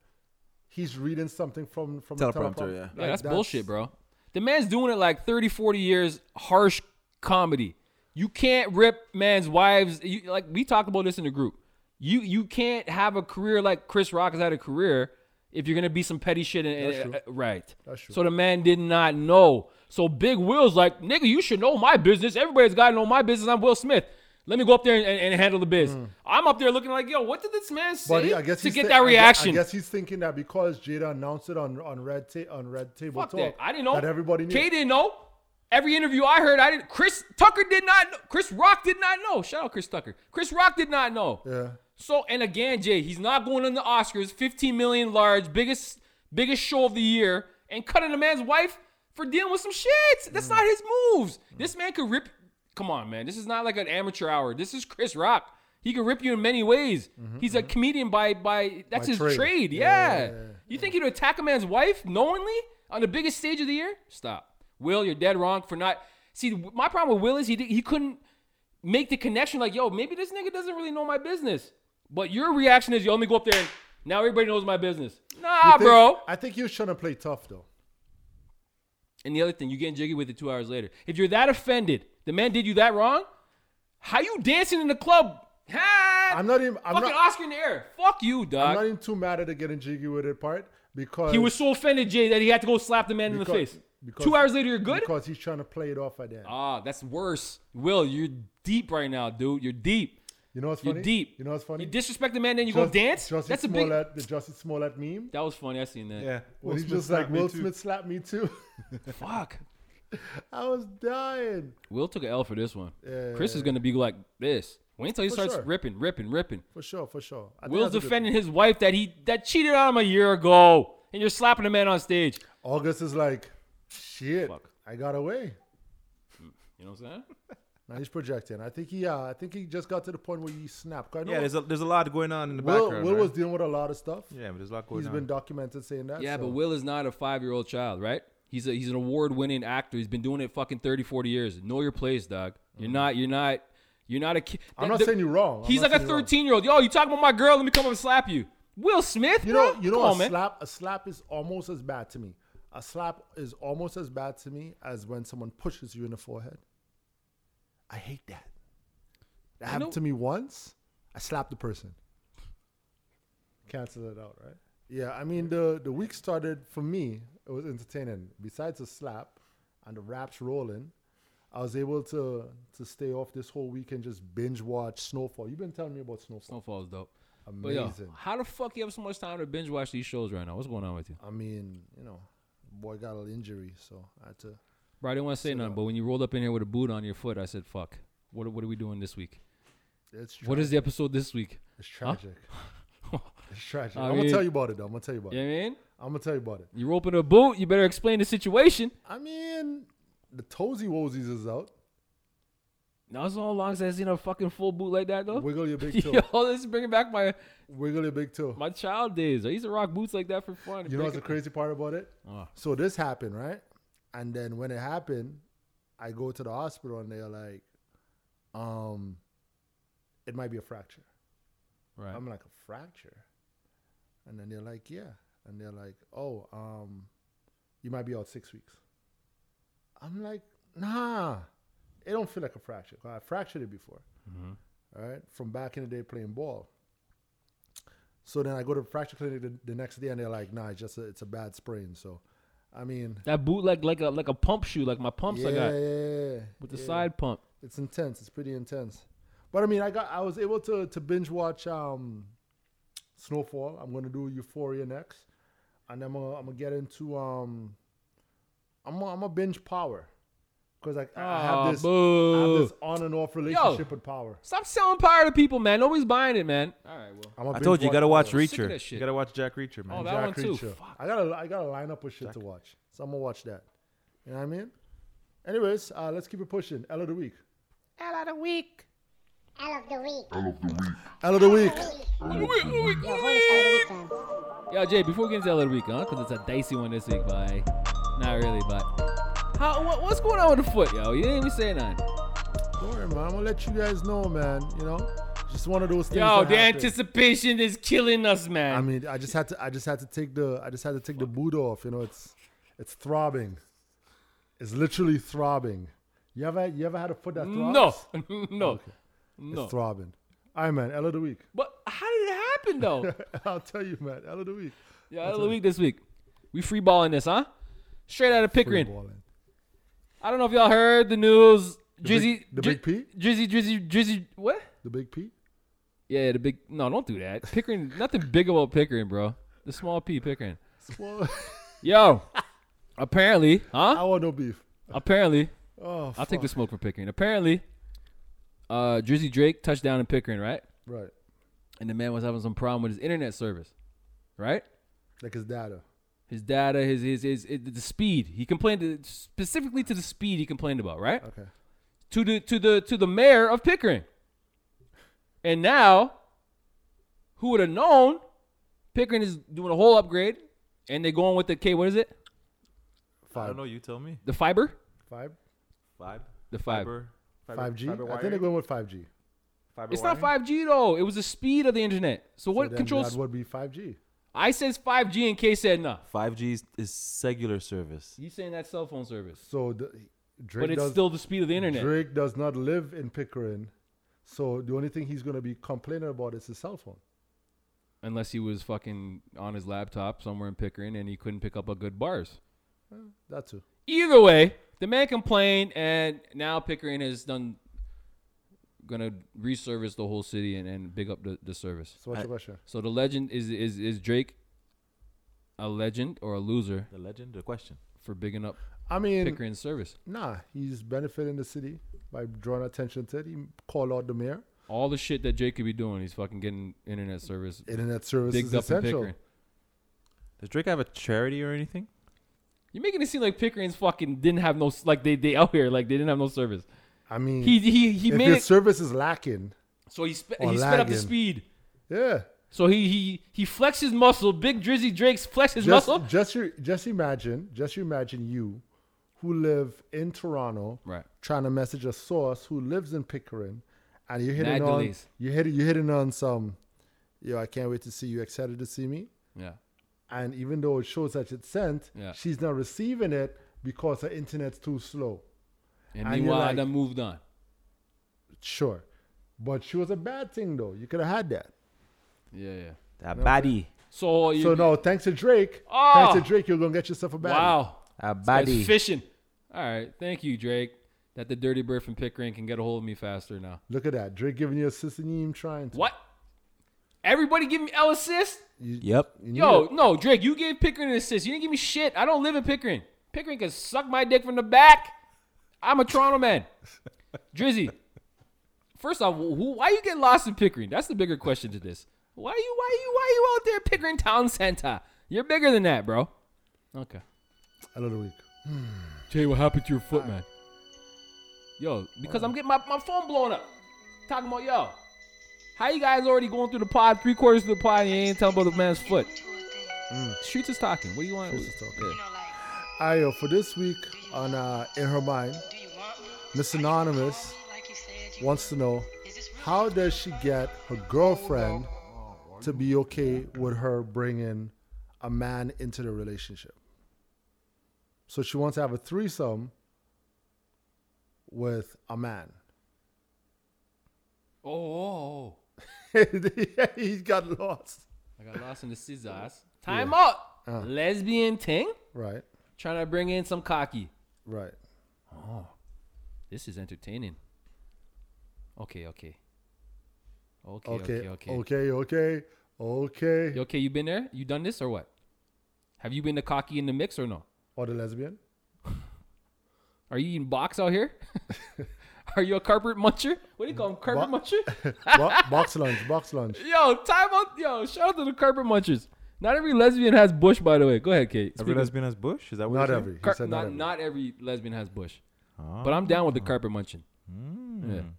Speaker 4: he's reading something from from the
Speaker 5: Teleprompter,
Speaker 4: teleprom-
Speaker 5: yeah. Yeah,
Speaker 6: Yeah,
Speaker 4: Like,
Speaker 6: that's, bullshit, bro. The man's doing it like 30, 40 years, harsh comedy. You can't rip man's wives. You, like we talked about this in the group. You you can't have a career like Chris Rock has had a career if you're gonna be some petty shit. And, and- uh, right.
Speaker 4: That's true.
Speaker 6: So the man did not know. So Big Will's like, nigga, you should know my business. Everybody's gotta know my business. I'm Will Smith. Let me go up there and, and handle the biz. I'm up there looking like, yo, what did this man say
Speaker 4: Hmm. But he- I guess
Speaker 6: to
Speaker 4: he's
Speaker 6: get
Speaker 4: thi-
Speaker 6: that
Speaker 4: I gue-
Speaker 6: reaction?
Speaker 4: I guess he's thinking that because Jada announced it on on red ta- on red table
Speaker 6: Fuck
Speaker 4: talk.
Speaker 6: that. I didn't know.
Speaker 4: that everybody knew.
Speaker 6: Kay didn't know. Every interview I heard, I didn't. Chris Tucker did not know. Chris Rock did not know. Shout out Chris Tucker. Chris Rock did not know.
Speaker 4: Yeah.
Speaker 6: So and again, Jay, he's not going on the Oscars. 15 million large, biggest biggest show of the year, and cutting a man's wife for dealing with some shit. That's not his moves. This man could rip. Come on, man. This is not like an amateur hour. This is Chris Rock. He can rip you in many ways. he's a comedian by by that's
Speaker 4: Mm-hmm, By trade.
Speaker 6: his trade.
Speaker 4: Yeah,
Speaker 6: Yeah.
Speaker 4: yeah, yeah.
Speaker 6: You think you'd attack a man's wife knowingly on the biggest stage of the year? Stop. Will, you're dead wrong for not. See, my problem with Will is he di- he couldn't make the connection. Like, yo, maybe this nigga doesn't really know my business. But your reaction is, yo, let me go up there and now everybody knows my business. Nah,
Speaker 4: I think-
Speaker 6: bro.
Speaker 4: I think he was trying to play tough though.
Speaker 6: And the other thing, you getting jiggy with it two hours later. If you're that offended, the man did you that wrong. How you dancing in the club? Ha!
Speaker 4: I'm not even. I'm
Speaker 6: fucking
Speaker 4: not,
Speaker 6: Oscar in the air. Fuck you,
Speaker 4: I'm
Speaker 6: dog.
Speaker 4: not even too mad at the getting jiggy with it part because
Speaker 6: He was so offended, Jay, that he had to go slap the man in the
Speaker 4: because-
Speaker 6: face.
Speaker 4: because-
Speaker 6: Two hours later, you're good.
Speaker 4: because he's trying to play it off at that.
Speaker 6: Ah, that's worse. Will, you're deep right now, dude. You're deep.
Speaker 4: you know what's
Speaker 6: You're
Speaker 4: funny?
Speaker 6: deep.
Speaker 4: You know what's funny?
Speaker 6: You disrespect the man, then you
Speaker 4: Just-
Speaker 6: go dance.
Speaker 4: Jussie
Speaker 6: that's a big.
Speaker 4: Smollett, the Justice Smollett meme.
Speaker 6: That was funny. I seen that.
Speaker 5: Yeah.
Speaker 4: Well, he's just like
Speaker 5: slapped me
Speaker 4: Will
Speaker 5: too.
Speaker 4: Smith slapped me too.
Speaker 6: Fuck.
Speaker 4: I was dying
Speaker 6: Will took an L for this one.
Speaker 4: Yeah.
Speaker 6: Chris is gonna be like this. Wait until he
Speaker 4: For
Speaker 6: starts
Speaker 4: sure.
Speaker 6: ripping, ripping, ripping.
Speaker 4: for sure, for sure. I think
Speaker 6: Will's
Speaker 4: that's a good-
Speaker 6: defending his wife that he that cheated on him a year ago, and you're slapping a man on stage.
Speaker 4: August is like, shit.
Speaker 6: Fuck.
Speaker 4: I got away.
Speaker 6: You know what I'm saying?
Speaker 4: Now he's projecting. I think he. Uh, I think he just got to the point where he snapped. 'Cause I know
Speaker 5: Yeah, there's a, there's a lot going on in the
Speaker 4: Will,
Speaker 5: background.
Speaker 4: Will
Speaker 5: right?
Speaker 4: was dealing with a lot of stuff.
Speaker 5: yeah, but there's a lot going
Speaker 4: He's
Speaker 5: on.
Speaker 4: been documented saying that.
Speaker 6: Yeah,
Speaker 4: so-
Speaker 6: but Will is not a five year old child, right? He's a he's an award winning actor. He's been doing it fucking 30, 40 years. Know your place, dog. You're not you're not you're not a kid.
Speaker 4: I'm not saying you're wrong. I'm
Speaker 6: He's
Speaker 4: not
Speaker 6: like a
Speaker 4: saying you're wrong.
Speaker 6: thirteen year old. Yo, you talking about my girl? Let me come up and slap you. Will Smith,
Speaker 4: You
Speaker 6: bro?
Speaker 4: know, you know,
Speaker 6: Come
Speaker 4: a
Speaker 6: on, man.
Speaker 4: slap. A slap is almost as bad to me. A slap is almost as bad to me as when someone pushes you in the forehead. I hate that. That happened
Speaker 6: know-
Speaker 4: to me once. I slapped the person. Cancel it out, right? Yeah, I mean the the week started for me. It was entertaining. Besides the slap and the raps rolling, I was able to to stay off this whole week and just binge watch Snowfall. You've been telling me about Snowfall.
Speaker 6: Snowfall's dope. But yo,
Speaker 4: Amazing.
Speaker 6: how the fuck you have so much time to binge watch these shows right now? What's going on with you?
Speaker 4: I mean, you know, boy got an injury, so I had to.
Speaker 6: Bro, I didn't want to say nothing, but when you rolled up in here with a boot on your foot, I said, "Fuck, what? What are we doing this week?
Speaker 4: It's tra-
Speaker 6: What is the episode this week?"
Speaker 4: It's tragic. it's tragic.
Speaker 6: I
Speaker 4: I am gonna
Speaker 6: mean-
Speaker 4: tell you about it. though. I'm gonna tell you about
Speaker 6: You know
Speaker 4: it.
Speaker 6: what I mean?
Speaker 4: I'm gonna tell you about it.
Speaker 6: You open a boot, you better explain the situation.
Speaker 4: I mean, the Toesy Woesies is out.
Speaker 6: Now it's all long since I've seen a fucking full boot like that though.
Speaker 4: Wiggle your big toe.
Speaker 6: Yo, this is bringing back my
Speaker 4: Wiggle your big toe.
Speaker 6: my child days. I used to rock boots like that for fun.
Speaker 4: You know
Speaker 6: Break
Speaker 4: what's the
Speaker 6: it-
Speaker 4: crazy part about it?
Speaker 6: Oh.
Speaker 4: So this happened, right? And then when it happened, I go to the hospital and they're like, um, it might be a fracture.
Speaker 6: right?
Speaker 4: I'm like a fracture, and then they're like, yeah, and they're like, oh, um, you might be out six weeks. I'm like, nah, it don't feel like a fracture. 'cause I fractured it before,
Speaker 6: Mm-hmm.
Speaker 4: All right, from back in the day playing ball. So then I go to the fracture clinic the, the next day, and they're like, nah, it's just a, it's a bad sprain. So, I mean,
Speaker 6: That boot like like a like a pump shoe, like my pumps
Speaker 4: yeah,
Speaker 6: I got
Speaker 4: yeah,
Speaker 6: with the side pump.
Speaker 4: it's intense. It's pretty intense. But I mean, I got I was able to to binge watch um, Snowfall. I'm gonna do Euphoria next, and I'm gonna, I'm gonna get into um, I'm gonna, I'm gonna binge Power, because I, I
Speaker 6: Aw,
Speaker 4: have this I have
Speaker 6: boo.
Speaker 4: this on and off relationship with Power.
Speaker 6: Stop selling power to people, man. Nobody's buying it, man. All right, well.
Speaker 4: I'm gonna
Speaker 5: I told
Speaker 4: binge
Speaker 5: you, you gotta watch
Speaker 4: Power.
Speaker 6: Sick of that
Speaker 5: Reacher. You
Speaker 6: shit.
Speaker 5: gotta watch Jack Reacher, man.
Speaker 6: Oh, that
Speaker 4: Jack
Speaker 6: one too.
Speaker 4: Reacher.
Speaker 6: Fuck.
Speaker 4: I gotta I gotta line up with shit to watch, so I'm gonna watch that. You know what I mean? Anyways, uh, let's keep it pushing. L of the week.
Speaker 2: L of the week.
Speaker 4: L of the week.
Speaker 2: Your host of the weekend.
Speaker 6: Yo, Jay, before we get into L of the week, huh? Because it's a dicey one this week, by not really, but how what, what's going on with the foot, yo? You ain't even saying nothing.
Speaker 4: Don't worry, man. I'm gonna let you guys know, man. You know, just one of those things.
Speaker 6: Yo,
Speaker 4: that
Speaker 6: the
Speaker 4: happen.
Speaker 6: anticipation is killing us, man.
Speaker 4: I mean, I just had to. I just had to take the. I just had to take the boot off. You know, it's, it's throbbing. It's literally throbbing. You ever you ever had a foot that throbs?
Speaker 6: no, no, no.
Speaker 4: It's throbbing. All right, man. L of the week.
Speaker 6: But how did it happen though?
Speaker 4: I'll tell you, man. L of the week.
Speaker 6: yeah, L of the week this week. We free balling this, huh? Straight out of Pickering.
Speaker 4: Free balling.
Speaker 6: I don't know if y'all heard the news. Drizzy,
Speaker 4: the big
Speaker 6: Dri-
Speaker 4: P?
Speaker 6: Drizzy, Drizzy, Drizzy. What?
Speaker 4: The big P.
Speaker 6: Yeah, the big. No, don't do that. Pickering, nothing big about Pickering, bro. The small P Pickering.
Speaker 4: Well,
Speaker 6: Yo, apparently, huh?
Speaker 4: I want no beef.
Speaker 6: Apparently,
Speaker 4: Oh,
Speaker 6: I'll take the smoke for Pickering. Apparently, uh, Drizzy Drake touched down in Pickering, right?
Speaker 4: right.
Speaker 6: And the man was having some problem with his internet service, right?
Speaker 4: Like his data.
Speaker 6: His data, his his his, it- the speed. He complained specifically to the speed he complained about, right?
Speaker 4: Okay.
Speaker 6: to the to the to the mayor of Pickering. And now, who would have known? Pickering is doing a whole upgrade, and they're going with the K. What is it?
Speaker 5: I don't
Speaker 4: Five.
Speaker 5: know. You tell me.
Speaker 6: The fiber,
Speaker 4: Five.
Speaker 5: Five.
Speaker 6: the fiber.
Speaker 5: Fiber-
Speaker 4: Five G. I
Speaker 5: fiber
Speaker 4: think they're
Speaker 5: wiring?
Speaker 4: going with five G.
Speaker 5: Fiber
Speaker 6: It's not
Speaker 5: wiring?
Speaker 6: five G though. It was the speed of the internet. So what controls?
Speaker 4: That would be five G.
Speaker 6: I says five G, and K said nah.
Speaker 5: 5G is, is cellular service.
Speaker 6: You saying that cell phone service?
Speaker 4: So the, Drake
Speaker 6: But it's
Speaker 4: does,
Speaker 6: still the speed of the internet.
Speaker 4: Drake does not live in Pickering, so the only thing he's going to be complaining about is his cell phone.
Speaker 6: Unless he was fucking on his laptop somewhere in Pickering and he couldn't pick up a good bars.
Speaker 4: That too.
Speaker 6: either way, the man complained, and now Pickering has done gonna reservice the whole city and, and big up the, the service.
Speaker 4: So what's your question?
Speaker 6: So the legend is is is Drake a legend or a loser
Speaker 5: The legend, the question.
Speaker 6: for bigging up
Speaker 4: I mean,
Speaker 6: Pickering's service?
Speaker 4: nah, he's benefiting the city by drawing attention to it. He called out the mayor.
Speaker 6: All the shit that Drake could be doing, he's fucking getting internet service
Speaker 4: Internet service
Speaker 6: bigged
Speaker 4: is
Speaker 6: up in
Speaker 4: essential.
Speaker 6: Pickering.
Speaker 5: Does Drake have a charity or anything?
Speaker 6: You're making it seem like Pickering's fucking didn't have no s- like they they out here like they didn't have no service.
Speaker 4: I mean,
Speaker 6: He he he
Speaker 4: Mm. if
Speaker 6: made
Speaker 4: your
Speaker 6: it
Speaker 4: service is lacking,
Speaker 6: so he spe-
Speaker 4: or
Speaker 6: he sped up the
Speaker 4: lagging.
Speaker 6: speed.
Speaker 4: yeah.
Speaker 6: So he he he flexed his muscle. Big Drizzy Drake's flexed his
Speaker 4: Just,
Speaker 6: muscle.
Speaker 4: just, you- just imagine, just imagine you, who live in Toronto,
Speaker 6: Right.
Speaker 4: trying to message a source who lives in Pickering, and you're hitting on,
Speaker 6: Magdalese.
Speaker 4: you hit, you're hitting on some, yo, I can't wait to see you, excited to see me,
Speaker 6: Yeah.
Speaker 4: and even though it shows that it's sent,
Speaker 6: Yeah.
Speaker 4: she's not receiving it because her internet's too slow.
Speaker 6: And,
Speaker 4: And you're
Speaker 6: meanwhile, I
Speaker 4: like-
Speaker 6: done moved on.
Speaker 4: Sure, but she was a bad thing though. You could have had that.
Speaker 6: Yeah, yeah.
Speaker 5: A baddie.
Speaker 6: So, you,
Speaker 4: So no, thanks to Drake,
Speaker 6: Oh.
Speaker 4: thanks to Drake, you're gonna get yourself a bad.
Speaker 6: wow,
Speaker 5: A
Speaker 6: that's
Speaker 5: baddie.
Speaker 6: fishing. All right, thank you, Drake. That the dirty bird from Pickering can get a hold of me faster now.
Speaker 4: Look at that, Drake giving you a sister name trying to.
Speaker 6: What? Everybody give me L assist?
Speaker 5: Yep.
Speaker 4: You need
Speaker 6: Yo,
Speaker 4: it.
Speaker 6: no, Drake, you gave Pickering an assist. You didn't give me shit. I don't live in Pickering. Pickering can suck my dick from the back. I'm a Toronto man. Drizzy, first off, who, why you get lost in Pickering? That's the bigger question to this. Why you why you why you out there in Pickering Town Center? You're bigger than that, bro. Okay.
Speaker 4: Another week.
Speaker 6: Jay, what happened to your foot, man? Yo, because I'm getting my, my phone blown up. Talking about yo. How you guys already going through the pod, three quarters of the pod, and you ain't telling about the man's foot? Mm. Streets is talking. What do you want?
Speaker 4: Streets is talking.
Speaker 6: Yeah.
Speaker 4: Ayo, for this week on uh, In Her Mind, Miss Anonymous wants to know how does she get her girlfriend to be okay with her bringing a man into the relationship? So she wants to have a threesome with a man.
Speaker 6: Oh, oh, oh.
Speaker 4: he got lost.
Speaker 6: I got lost in the scissors. Time
Speaker 4: Uh-huh.
Speaker 6: out. Lesbian thing?
Speaker 4: Right,
Speaker 6: Trying to bring in some cocky.
Speaker 4: right.
Speaker 6: This is entertaining. Okay, okay. Okay, okay,
Speaker 4: Okay, okay,
Speaker 6: okay.
Speaker 4: okay, okay.
Speaker 6: You okay, you been there? You done this or what? Have you been the cocky in the mix or no?
Speaker 4: Or the lesbian?
Speaker 6: Are you eating box out here? Are you a carpet muncher? What do you call them? Carpet
Speaker 4: Bo-
Speaker 6: muncher?
Speaker 4: Bo- box lunch, box lunch.
Speaker 6: yo, time out. Yo, shout out to the carpet munchers. Not every lesbian has bush, by the way. Go ahead, Kate.
Speaker 5: Every
Speaker 6: Speak of-
Speaker 5: lesbian has bush? Is that what
Speaker 4: Not
Speaker 5: you're Oh,
Speaker 4: every. He
Speaker 6: car-
Speaker 4: said
Speaker 6: not,
Speaker 4: every.
Speaker 6: not every lesbian has bush. But I'm down with the carpet munching.
Speaker 5: Hmm.
Speaker 6: Yeah.
Speaker 5: saying?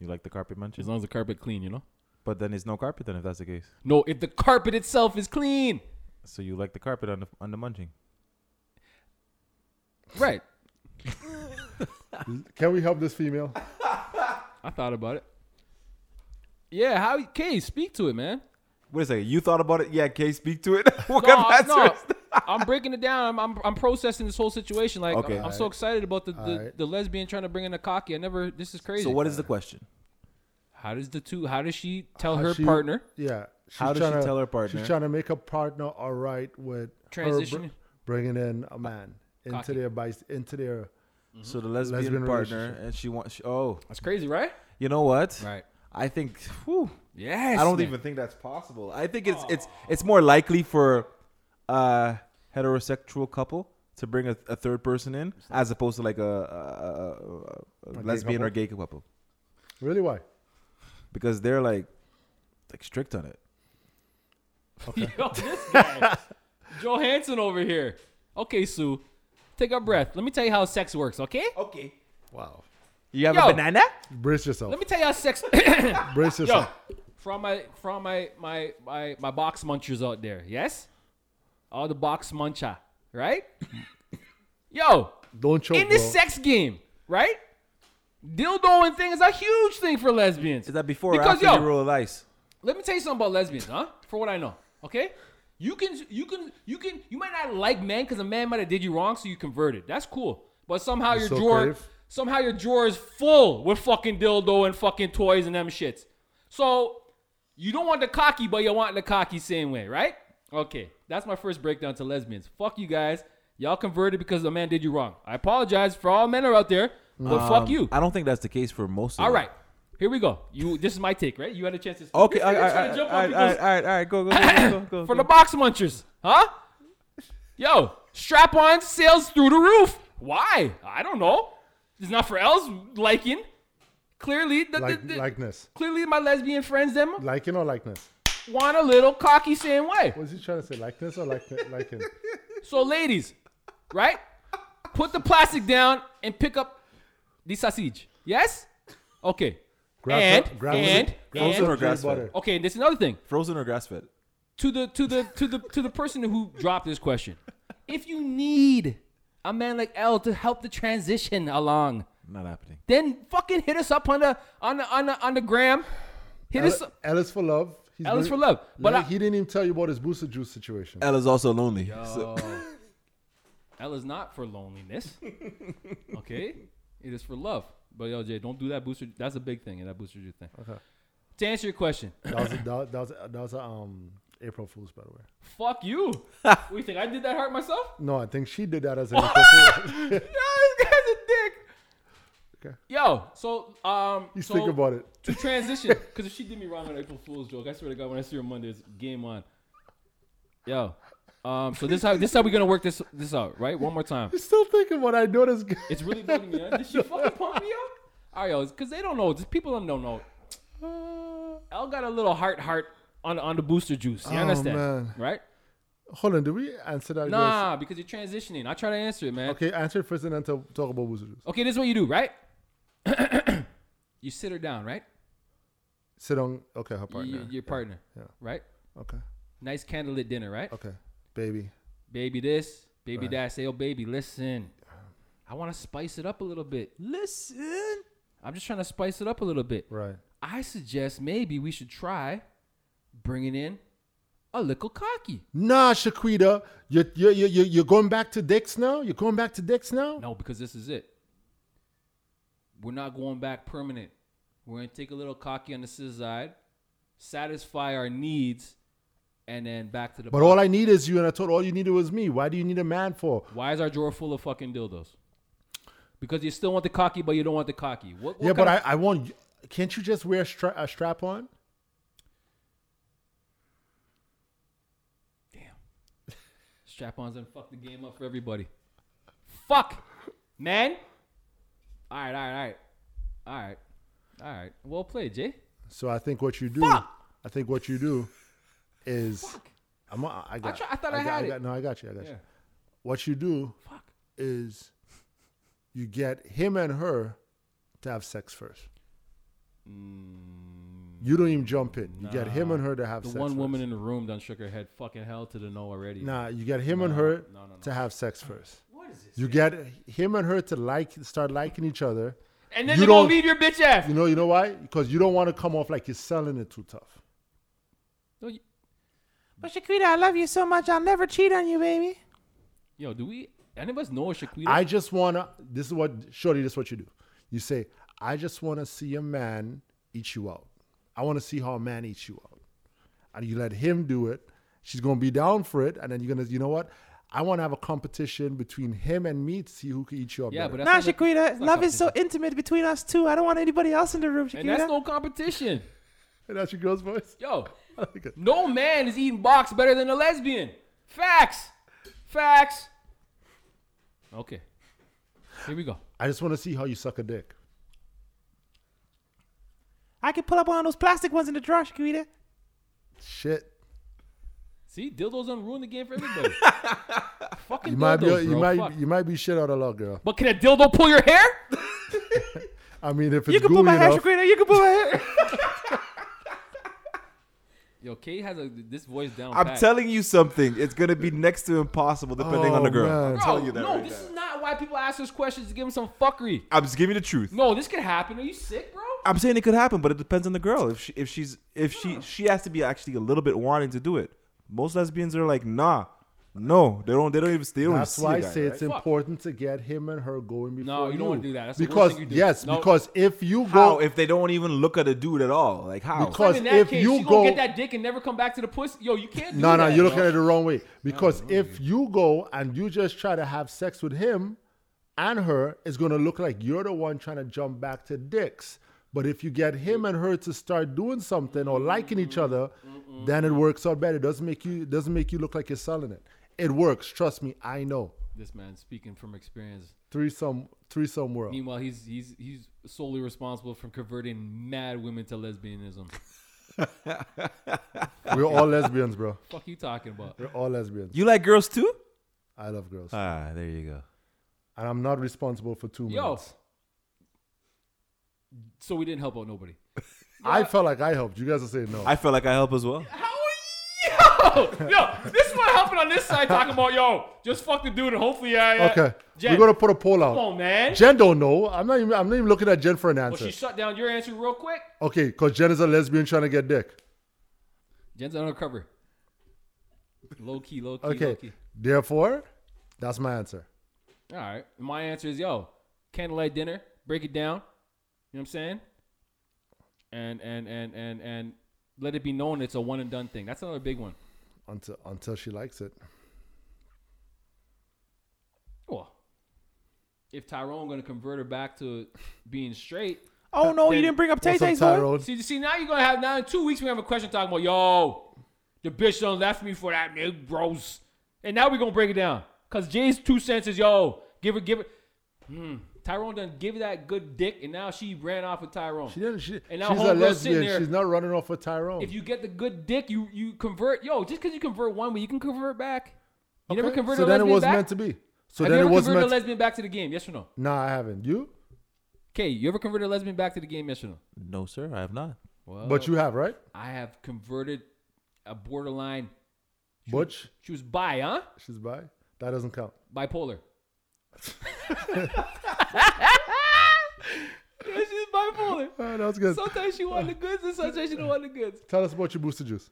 Speaker 5: You like the carpet munches?
Speaker 6: As long as the carpet clean, you know?
Speaker 5: But then it's no carpet then if that's the case.
Speaker 6: No, if the carpet itself is clean.
Speaker 5: So you like the carpet on the, on the munching.
Speaker 6: Right.
Speaker 4: Can we help this female?
Speaker 6: I thought about it. Yeah, how Kay, speak to it, man.
Speaker 5: Wait a second. You thought about it? Yeah, Kay, speak to it. what
Speaker 6: No,
Speaker 5: kind of
Speaker 6: I- no,
Speaker 5: answer is that?
Speaker 6: I'm breaking it down. I'm, I'm, I'm processing this whole situation. Like,
Speaker 5: Okay.
Speaker 6: I'm, I'm so excited about the, the,
Speaker 4: Alright.
Speaker 6: the lesbian trying to bring in the cocky. I never. This is crazy.
Speaker 5: So what is the question?
Speaker 6: How does the two? How does she tell
Speaker 4: How
Speaker 6: her
Speaker 4: she-
Speaker 6: partner?
Speaker 4: Yeah. She's
Speaker 5: How does she tell her partner?
Speaker 4: She's trying to make her partner all right with her br-
Speaker 6: Transitioning?
Speaker 4: bringing in a man into
Speaker 6: Cocky.
Speaker 4: their bis- into their
Speaker 5: So the lesbian,
Speaker 4: Lesbian
Speaker 5: partner,
Speaker 4: relationship.
Speaker 5: and she wants. She, oh,
Speaker 6: That's crazy, right?
Speaker 5: you know what?
Speaker 6: Right.
Speaker 5: I think. Whew,
Speaker 6: Yes.
Speaker 5: I don't
Speaker 6: man.
Speaker 5: even think that's possible. I think it's it's it's more likely for a heterosexual couple to bring a, a third person in as opposed to like a, a, a, a, a lesbian or gay couple
Speaker 4: Really? Why?
Speaker 5: because they're like like strict on it.
Speaker 6: Yo, this guy, Johansson over here. Okay, Sue, take a breath. Let me tell you how sex works. Okay.
Speaker 5: Okay.
Speaker 4: Wow.
Speaker 5: You have
Speaker 6: Yo.
Speaker 5: a banana?
Speaker 4: Brace yourself.
Speaker 6: Let me tell you how sex.
Speaker 4: Brace
Speaker 6: Yo,
Speaker 4: yourself.
Speaker 6: from my from my my my my box munchers out there. Yes. All the box muncher, right? Yo,
Speaker 4: Don't choke,
Speaker 6: in the
Speaker 4: bro.
Speaker 6: sex game, right? Dildo and thing is a huge thing for lesbians.
Speaker 5: Is that before or
Speaker 6: Because,
Speaker 5: after
Speaker 6: yo,
Speaker 5: you roll ice?
Speaker 6: let me tell you something about lesbians, huh? For what I know, okay? You can, you can, you can, you might not like men because a man might have did you wrong, so you converted. That's cool. But somehow your
Speaker 4: so
Speaker 6: drawer,
Speaker 4: crave.
Speaker 6: somehow your drawer is full with fucking dildo and fucking toys and them shits. So you don't want the cocky, but you want the cocky same way, right? Okay, that's my first breakdown to lesbians. Fuck you guys. Y'all converted because a man did you wrong. I apologize for all men are out there, but fuck you.
Speaker 5: I don't think that's the case for most of
Speaker 6: All
Speaker 5: them.
Speaker 6: right, here we go. You, this is my take, right? You had a chance to. speak.
Speaker 5: Okay.
Speaker 6: This
Speaker 5: All
Speaker 6: nigga
Speaker 5: right. All right. All
Speaker 6: trying to jump on
Speaker 5: right.
Speaker 6: me
Speaker 5: All
Speaker 6: goes-
Speaker 5: right. All right. Go, go, go, go, go,
Speaker 6: for the box munchers, huh? Yo, strap on sales through the roof. Why? I don't know. It's not for L's liking. Clearly, the,
Speaker 4: Like,
Speaker 6: the, the-
Speaker 4: likeness.
Speaker 6: clearly my lesbian friends them
Speaker 4: Liking or likeness?
Speaker 6: want a little cocky same way.
Speaker 4: What is he trying to say? Likeness or liken- liking?
Speaker 6: So ladies, right? Put the plastic down and pick up the sausage. Yes? Okay.
Speaker 4: Grab
Speaker 6: And-
Speaker 4: some- grab
Speaker 6: and-
Speaker 4: some- grab
Speaker 6: and-
Speaker 4: some
Speaker 5: Or grass
Speaker 4: peanut butter.
Speaker 5: fed.
Speaker 6: Okay, and there's another thing.
Speaker 5: Frozen or grass fed?
Speaker 6: to the to the to the to the person who dropped this question. If you need a man like L to help the transition along,
Speaker 5: Not happening.
Speaker 6: then fucking hit us up on the on the on the on the gram. Hit us.
Speaker 4: Ellis, Ellis for love. He's
Speaker 6: Ellis
Speaker 4: very-
Speaker 6: for love. But
Speaker 4: Like,
Speaker 6: I-
Speaker 4: he didn't even tell you about his booster juice situation.
Speaker 5: Ella's also lonely. So.
Speaker 6: L is not for loneliness. Okay, it is for love. But yo, Jay, don't do that booster. That's a big thing, and that booster juice thing. Okay. To answer your question,
Speaker 4: That was, that, was- that was that was um April Fool's, by the way.
Speaker 6: fuck you. we think I did that hard myself.
Speaker 4: No, I think she did that as an April Fool's.
Speaker 6: Yo, this guy's a dick.
Speaker 4: Okay.
Speaker 6: Yo, so um,
Speaker 4: He's
Speaker 6: so,
Speaker 4: thinking about it.
Speaker 6: to transition because if she did me wrong on April Fool's joke, I swear to God, when I see her Monday, it's game on. Yo, um, so this how this how we gonna work this this out, right? One more time.
Speaker 4: He's still thinking about. it. I know this guy.
Speaker 6: It's really bugging me. Huh? Did she fucking pump me up? All right, yo, because they don't know. Just people don't know. L got a little heart heart on on the booster juice. You
Speaker 4: Oh,
Speaker 6: understand,
Speaker 4: man.
Speaker 6: right?
Speaker 4: Hold on, do we answer that?
Speaker 6: Nah, because you're transitioning. I try to answer it, man.
Speaker 4: Okay, answer it first and then tell- talk about booster juice.
Speaker 6: Okay, this is what you do, right? you sit her down, right?
Speaker 4: Sit on. Okay, her
Speaker 6: Y-
Speaker 4: partner.
Speaker 6: your partner, right?
Speaker 4: Okay,
Speaker 6: Nice candlelit dinner, right?
Speaker 4: okay, baby.
Speaker 6: Baby this, baby that. Say, oh, baby, listen. I want to spice it up a little bit. Listen. I'm just trying to spice it up a little bit.
Speaker 4: Right.
Speaker 6: I suggest maybe we should try bringing in a little cocky.
Speaker 4: Nah, Shaquita, you're you you you you're going back to dicks now. You're going back to dicks now.
Speaker 6: No, because this is it. We're not going back permanent. We're gonna take a little cocky on the sis side, satisfy our needs, and then back to the.
Speaker 4: But all I need is you, and I thought all you needed was me. Why do you need a man for?
Speaker 6: Why is our drawer full of fucking dildos? Because you still want the cocky, but you don't want the cocky. What, what
Speaker 4: yeah, but I
Speaker 6: kind of-
Speaker 4: I want. Can't you just wear a, stra- a strap on?
Speaker 6: strap ons and fuck the game up for everybody. Fuck, man. All right, all right, all right, all right, all right. Well played, Jay.
Speaker 4: So I think what you do,
Speaker 6: Fuck.
Speaker 4: I think what you do is, I'm a, I got.
Speaker 6: try- I thought I
Speaker 4: got-
Speaker 6: had
Speaker 4: I got,
Speaker 6: it.
Speaker 4: No, I got you. I got
Speaker 6: Yeah.
Speaker 4: you. What you do
Speaker 6: Fuck.
Speaker 4: is, you get him and her to have sex first. You don't even jump in. You get him and her to have
Speaker 6: Mm. The
Speaker 4: sex.
Speaker 6: one
Speaker 4: first.
Speaker 6: woman in the room done shook her head. Fucking hell to the no already.
Speaker 4: Nah, you get him and her to have sex first. What is this? You get him and her to like, start liking each other.
Speaker 6: And then
Speaker 4: You
Speaker 6: you gonna
Speaker 4: don't-
Speaker 6: leave your bitch ass.
Speaker 4: You know, you know why? Because you don't want to come off like you're selling it too tough.
Speaker 6: No, you-
Speaker 5: But Shaquita, I love you so much. I'll never cheat on you, baby.
Speaker 6: Yo, do we? Any of us know a Shaquita?
Speaker 4: I just wanna. This is what, shorty. This is what you do. You say, I just wanna see a man eat you out. I wanna see how a man eats you out, and you let him do it, She's gonna be down for it, and then you're gonna, you know what? I want to have a competition between him and me to see who can eat you up.
Speaker 6: Yeah,
Speaker 4: better.
Speaker 6: but
Speaker 8: Nah,
Speaker 6: that's not the-
Speaker 8: Shaquita, love is so intimate between us two. I don't want anybody else in the room,
Speaker 6: and that's
Speaker 8: Shaquita.
Speaker 6: no competition.
Speaker 4: And that's your girl's voice.
Speaker 6: Yo,
Speaker 4: I like it.
Speaker 6: no man is eating box better than a lesbian. Facts. Facts. Okay. Here we go.
Speaker 4: I just want to see how you suck a dick.
Speaker 8: I can pull up one of those plastic ones in the drawer, Shaquita.
Speaker 4: Shit,
Speaker 6: See, dildos done ruin the game for everybody. Fucking
Speaker 4: you
Speaker 6: dildos,
Speaker 4: might be,
Speaker 6: bro.
Speaker 4: you might,
Speaker 6: Fuck.
Speaker 4: you might be shit out of luck, girl.
Speaker 6: But can a dildo pull your hair?
Speaker 4: I mean, if it's
Speaker 8: You can
Speaker 4: gooey
Speaker 8: pull my hair,
Speaker 4: enough,
Speaker 8: Shaquita. You can pull my hair.
Speaker 6: Yo, K has a, this voice down.
Speaker 5: I'm
Speaker 6: pat.
Speaker 5: telling you something. It's gonna be next to impossible depending on
Speaker 4: Oh,
Speaker 5: the girl.
Speaker 4: man.
Speaker 5: I'm
Speaker 6: Bro,
Speaker 5: telling you that.
Speaker 6: no,
Speaker 5: right
Speaker 6: this
Speaker 5: now.
Speaker 6: is not why people ask us questions to give them some fuckery.
Speaker 5: I'm just giving you the truth.
Speaker 6: No, this could happen. Are you sick, bro?
Speaker 5: I'm saying it could happen, but it depends on the girl. If she, if she's, if she, she has to be actually a little bit wanting to do it. Most lesbians are like, nah, no, they don't, they don't even, they don't
Speaker 4: that's
Speaker 5: even see
Speaker 4: why I
Speaker 5: that,
Speaker 4: say
Speaker 5: right?
Speaker 4: it's important to get him and her going before
Speaker 6: No, you don't wanna do that. That's the worst
Speaker 4: because
Speaker 6: thing you do.
Speaker 4: yes,
Speaker 6: No.
Speaker 4: because if you
Speaker 5: How
Speaker 4: go,
Speaker 5: if they don't even look at a dude at all? Like how?
Speaker 4: Because-
Speaker 6: in that
Speaker 4: if
Speaker 6: case,
Speaker 4: you
Speaker 6: she
Speaker 4: go-
Speaker 6: gonna get that dick and never come back to the pussy. Yo, you can't. Do
Speaker 4: no, no,
Speaker 6: that,
Speaker 4: you're looking
Speaker 6: bro.
Speaker 4: at it the wrong way. Because if you go and you just try to have sex with him and her, it's gonna look like you're the one trying to jump back to dicks. But if you get him and her to start doing something or liking each other, then it works out better. It doesn't make you it doesn't make you look like you're selling it. It works. Trust me, I know.
Speaker 6: This man speaking from experience.
Speaker 4: Threesome, threesome world.
Speaker 6: Meanwhile, he's he's he's solely responsible for converting mad women to lesbianism.
Speaker 4: We're all lesbians, bro.
Speaker 6: Fuck you talking about?
Speaker 4: We're all lesbians.
Speaker 5: you like girls too?
Speaker 4: I love girls.
Speaker 5: Ah, there you go.
Speaker 4: and I'm not responsible for two
Speaker 6: Yo.
Speaker 4: minutes.
Speaker 6: So we didn't help out nobody.
Speaker 4: I felt like I helped. You guys are saying no.
Speaker 5: I feel like I help as well.
Speaker 6: How are Oh, yo? Yo, this is what happened on this side talking about yo. Just fuck the dude and hopefully I. Uh,
Speaker 4: okay,
Speaker 6: Jen,
Speaker 4: we're gonna put a poll
Speaker 6: come on,
Speaker 4: out.
Speaker 6: man.
Speaker 4: Jen don't know. I'm not. Even, I'm not even looking at Jen for an
Speaker 6: well,
Speaker 4: answer.
Speaker 6: she shut down your answer real quick.
Speaker 4: okay, because Jen is a lesbian trying to get dick.
Speaker 6: Jen's undercover. Low key, low key, low
Speaker 4: Okay,
Speaker 6: key.
Speaker 4: therefore, that's my answer.
Speaker 6: All right. My answer is yo, candlelight dinner, break it down. You know what I'm saying? And and and and and let it be known it's a one and done thing. That's another big one.
Speaker 4: Until until she likes it.
Speaker 6: Well, if Tyrone gonna convert her back to being straight,
Speaker 8: Oh no, you
Speaker 6: Then-
Speaker 8: didn't bring up Tay
Speaker 4: What's up,
Speaker 8: Tay's voice.
Speaker 4: Tyrone?
Speaker 6: see see now you're gonna have now in two weeks we have a question talking about yo, the bitch done left me for that new bros. And now we're gonna break it down. Cause Jay's two cents is yo, give her give her Hmm. Tyrone done give that good dick and now she ran off with Tyrone.
Speaker 4: She didn't. She,
Speaker 6: And now
Speaker 4: she's a
Speaker 6: homegirl's sitting there.
Speaker 4: lesbian. She's not running off with Tyrone.
Speaker 6: If you get the good dick, you you convert. Yo, just because you convert one way, you can convert back. You never
Speaker 4: Okay,
Speaker 6: converted
Speaker 4: so
Speaker 6: a
Speaker 4: then it
Speaker 6: lesbian
Speaker 4: was
Speaker 6: back?
Speaker 4: meant to be. So
Speaker 6: Have
Speaker 4: then
Speaker 6: you
Speaker 4: it
Speaker 6: ever
Speaker 4: was
Speaker 6: converted
Speaker 4: meant.
Speaker 6: a lesbian back to the game? Yes or no?
Speaker 4: nah, I haven't. You,
Speaker 6: Okay, you ever converted a lesbian back to the game? Yes or no?
Speaker 5: No, sir, I have not.
Speaker 6: Well,
Speaker 4: but you have right.
Speaker 6: I have converted a borderline.
Speaker 4: Butch,
Speaker 6: She was bi, huh?
Speaker 4: she's bi. That doesn't count.
Speaker 6: Bipolar. yeah, she's
Speaker 4: All
Speaker 6: bipolar.
Speaker 4: right, that was good.
Speaker 6: Sometimes she want the goods, and sometimes she don't want the goods.
Speaker 4: Tell us about your booster juice.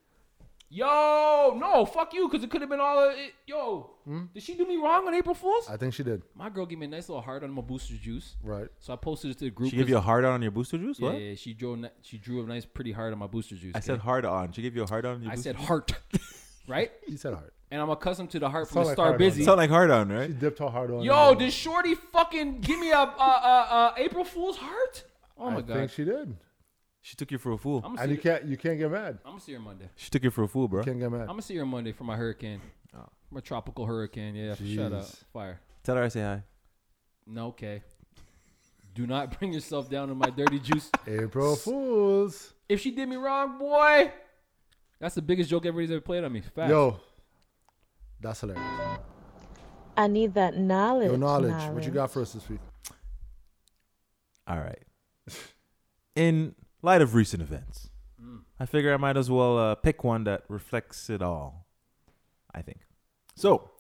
Speaker 6: Yo, no, fuck you, because it could have been all. uh, It, yo, did she do me wrong on April Fool's?
Speaker 4: I think she did.
Speaker 6: Hmm? My girl gave me a nice little heart on my booster juice.
Speaker 4: Right.
Speaker 6: So I posted it to the group.
Speaker 5: She gave
Speaker 6: 'cause-
Speaker 5: you a hard on on your booster juice.
Speaker 6: yeah,
Speaker 5: What?
Speaker 6: yeah, she drew a, ni- she drew a nice pretty heart on my booster juice.
Speaker 5: I said
Speaker 6: okay?
Speaker 5: hard on. She gave you a hard on. on Your
Speaker 6: I
Speaker 5: booster
Speaker 6: said
Speaker 5: juice?
Speaker 6: heart, right?
Speaker 4: He said hard.
Speaker 6: And I'm accustomed to the heart from
Speaker 4: Sound
Speaker 6: the
Speaker 4: like
Speaker 6: star
Speaker 4: hard on
Speaker 6: busy.
Speaker 5: Sound like hard on, right?
Speaker 4: She dipped her hard on.
Speaker 6: Yo,
Speaker 4: it.
Speaker 6: did Shorty fucking give me a uh, uh, uh, April Fool's heart? Oh my
Speaker 4: I
Speaker 6: god,
Speaker 4: think she did.
Speaker 5: She took you for a fool.
Speaker 6: I'm gonna
Speaker 4: And
Speaker 6: see
Speaker 4: you can't you can't get mad.
Speaker 6: her- I'm gonna see her Monday.
Speaker 5: She took you for a fool, bro.
Speaker 4: You can't get
Speaker 6: I'm
Speaker 4: mad.
Speaker 6: gonna see her Monday for my hurricane,
Speaker 5: Oh.
Speaker 6: my tropical hurricane. Yeah, shut up,
Speaker 4: Jeez.
Speaker 6: fire.
Speaker 5: Tell her I say hi.
Speaker 6: No, okay. Do not bring yourself down to my dirty juice.
Speaker 4: April Fools.
Speaker 6: If she did me wrong, boy, that's the biggest joke everybody's ever played on me. Facts.
Speaker 4: Yo. That's hilarious.
Speaker 3: I need that knowledge.
Speaker 4: Yo, knowledge. What you got for us this week?
Speaker 5: All right. In light of recent events, I figure I might as well uh, pick one that reflects it all. I think. So,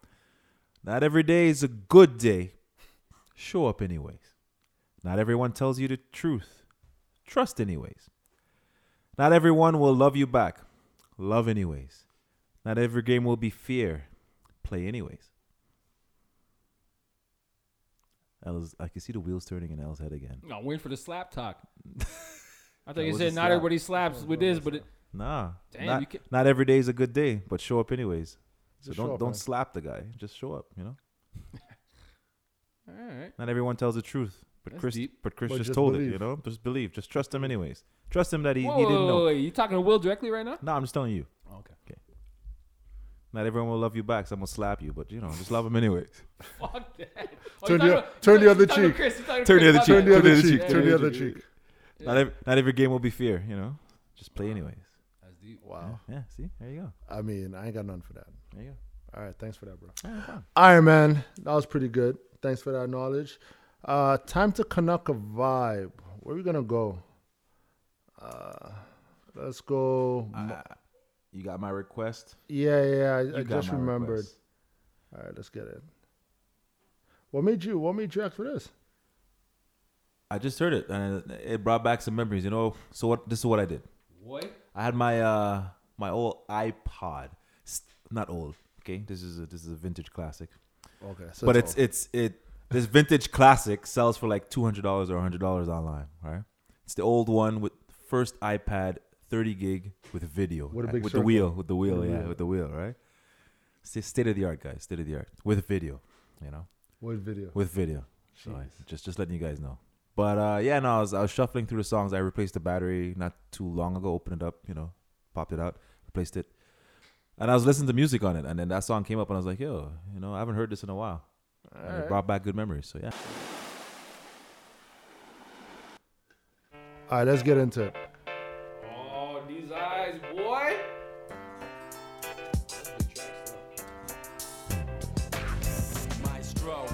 Speaker 5: not every day is a good day. Show up anyways. Not everyone tells you the truth. Trust anyways. Not everyone will love you back. Love anyways. Not every game will be fear. Play anyways. El's, I can see the wheels turning in El's head again.
Speaker 6: I'm waiting for the slap talk. I thought you
Speaker 5: was
Speaker 6: said
Speaker 5: a
Speaker 6: not
Speaker 5: slap.
Speaker 6: everybody slaps with this, but it,
Speaker 5: Nah.
Speaker 6: Damn,
Speaker 5: not,
Speaker 6: you ca-
Speaker 5: not every day is a good day, but show up anyways. So
Speaker 4: Just
Speaker 5: don't
Speaker 4: show up,
Speaker 5: don't
Speaker 4: man.
Speaker 5: slap the guy. Just show up, you know?
Speaker 6: all right.
Speaker 5: Not everyone tells the truth. But
Speaker 6: That's
Speaker 5: Chris
Speaker 6: deep.
Speaker 5: but Chris
Speaker 4: But
Speaker 5: just
Speaker 4: just
Speaker 5: told it,
Speaker 4: believe.
Speaker 5: you know? Just believe. Just trust him anyways. Trust him that he,
Speaker 6: Whoa,
Speaker 5: he didn't know.
Speaker 6: wait, you talking to Will directly right now?
Speaker 5: No, I'm just telling you.
Speaker 6: okay.
Speaker 5: Not everyone will love you back. Someone will slap you, but you know, just love him anyways.
Speaker 6: Fuck that. Oh,
Speaker 4: Turn
Speaker 6: you
Speaker 4: the-
Speaker 6: talking to-
Speaker 4: turn
Speaker 6: you
Speaker 4: the other
Speaker 6: talking to
Speaker 4: cheek.
Speaker 6: Chris, you talking to
Speaker 5: Turn the
Speaker 6: Chris,
Speaker 5: other
Speaker 6: my
Speaker 5: cheek,
Speaker 4: Turn
Speaker 6: bad.
Speaker 5: Turn
Speaker 4: the
Speaker 5: the other
Speaker 4: other cheek.
Speaker 5: cheek.
Speaker 4: Turn the other cheek.
Speaker 5: Not every, not every game will be fair, you know. Just play anyways.
Speaker 6: That's deep.
Speaker 4: Wow.
Speaker 5: Yeah, see? There you go.
Speaker 4: I mean, I ain't got nothing for that.
Speaker 5: There you go.
Speaker 4: All right, thanks for that, bro. All right, man, that was pretty good. Thanks for that knowledge. Uh, time to Canuck a vibe. Where we gonna go? Uh, let's go.
Speaker 5: You got my request.
Speaker 4: yeah, yeah. I, I
Speaker 5: You got
Speaker 4: just
Speaker 5: my
Speaker 4: remembered.
Speaker 5: request.
Speaker 4: All right, let's get it. What made you? What made you ask for this?
Speaker 5: I just heard it, and it it brought back some memories. You know, so what? This is what I did.
Speaker 6: What?
Speaker 5: I had my uh my old iPod, S- not old. Okay, this is a, this is a vintage classic,
Speaker 4: Okay, so
Speaker 5: but it's it's it this vintage classic sells for like two hundred dollars or hundred dollars online. Right? It's the old one with first iPad, thirty gig with video,
Speaker 4: With a
Speaker 5: right?
Speaker 4: big
Speaker 5: with the
Speaker 4: circle.
Speaker 5: wheel, with the wheel,
Speaker 4: With the
Speaker 5: yeah,
Speaker 4: wheel.
Speaker 5: with the wheel, right? Sta- State of the art, guys, state of the art with video, you know.
Speaker 4: what video?
Speaker 5: with video. So I- just just letting you guys know. But uh, yeah, no, I was I was shuffling through the songs. I replaced the battery not too long ago. Opened it up, you know, popped it out, replaced it, and I was listening to music on it. And then that song came up, and I was like, yo, you know, I haven't heard this in a while. And it brought back good memories. So yeah,
Speaker 4: All right, let's get into it.
Speaker 6: Oh, these eyes, boy.
Speaker 9: Maestro.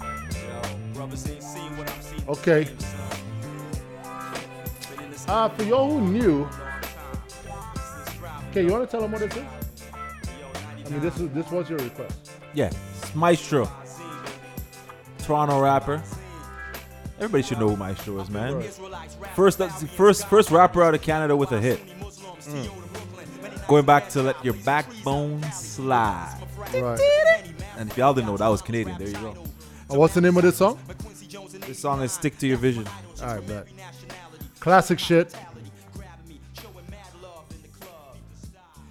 Speaker 9: Yo, brothers ain't seen what I've seen.
Speaker 4: Okay.
Speaker 9: Been in this
Speaker 4: Uh, for y'all who knew,
Speaker 9: long time. Since driving,
Speaker 4: okay, you wanna tell them what it is?
Speaker 9: yo, 99
Speaker 4: I mean, this is this was your request.
Speaker 5: yeah, it's Maestro, Toronto rapper. Everybody should know who Maestro is, man.
Speaker 9: Israelites rap
Speaker 5: First, that's the first first rapper out of Canada with a hit.
Speaker 9: Muslims, CEO to Brooklyn. Many
Speaker 5: Going back to let your backbone slide.
Speaker 4: Right.
Speaker 5: And if y'all didn't know, that was Canadian. There you go.
Speaker 4: Uh, what's the name of this song?
Speaker 5: This song is "Stick to Your Vision."
Speaker 4: All right, bet. Classic shit.
Speaker 9: grabbing me, showing mad love in the club.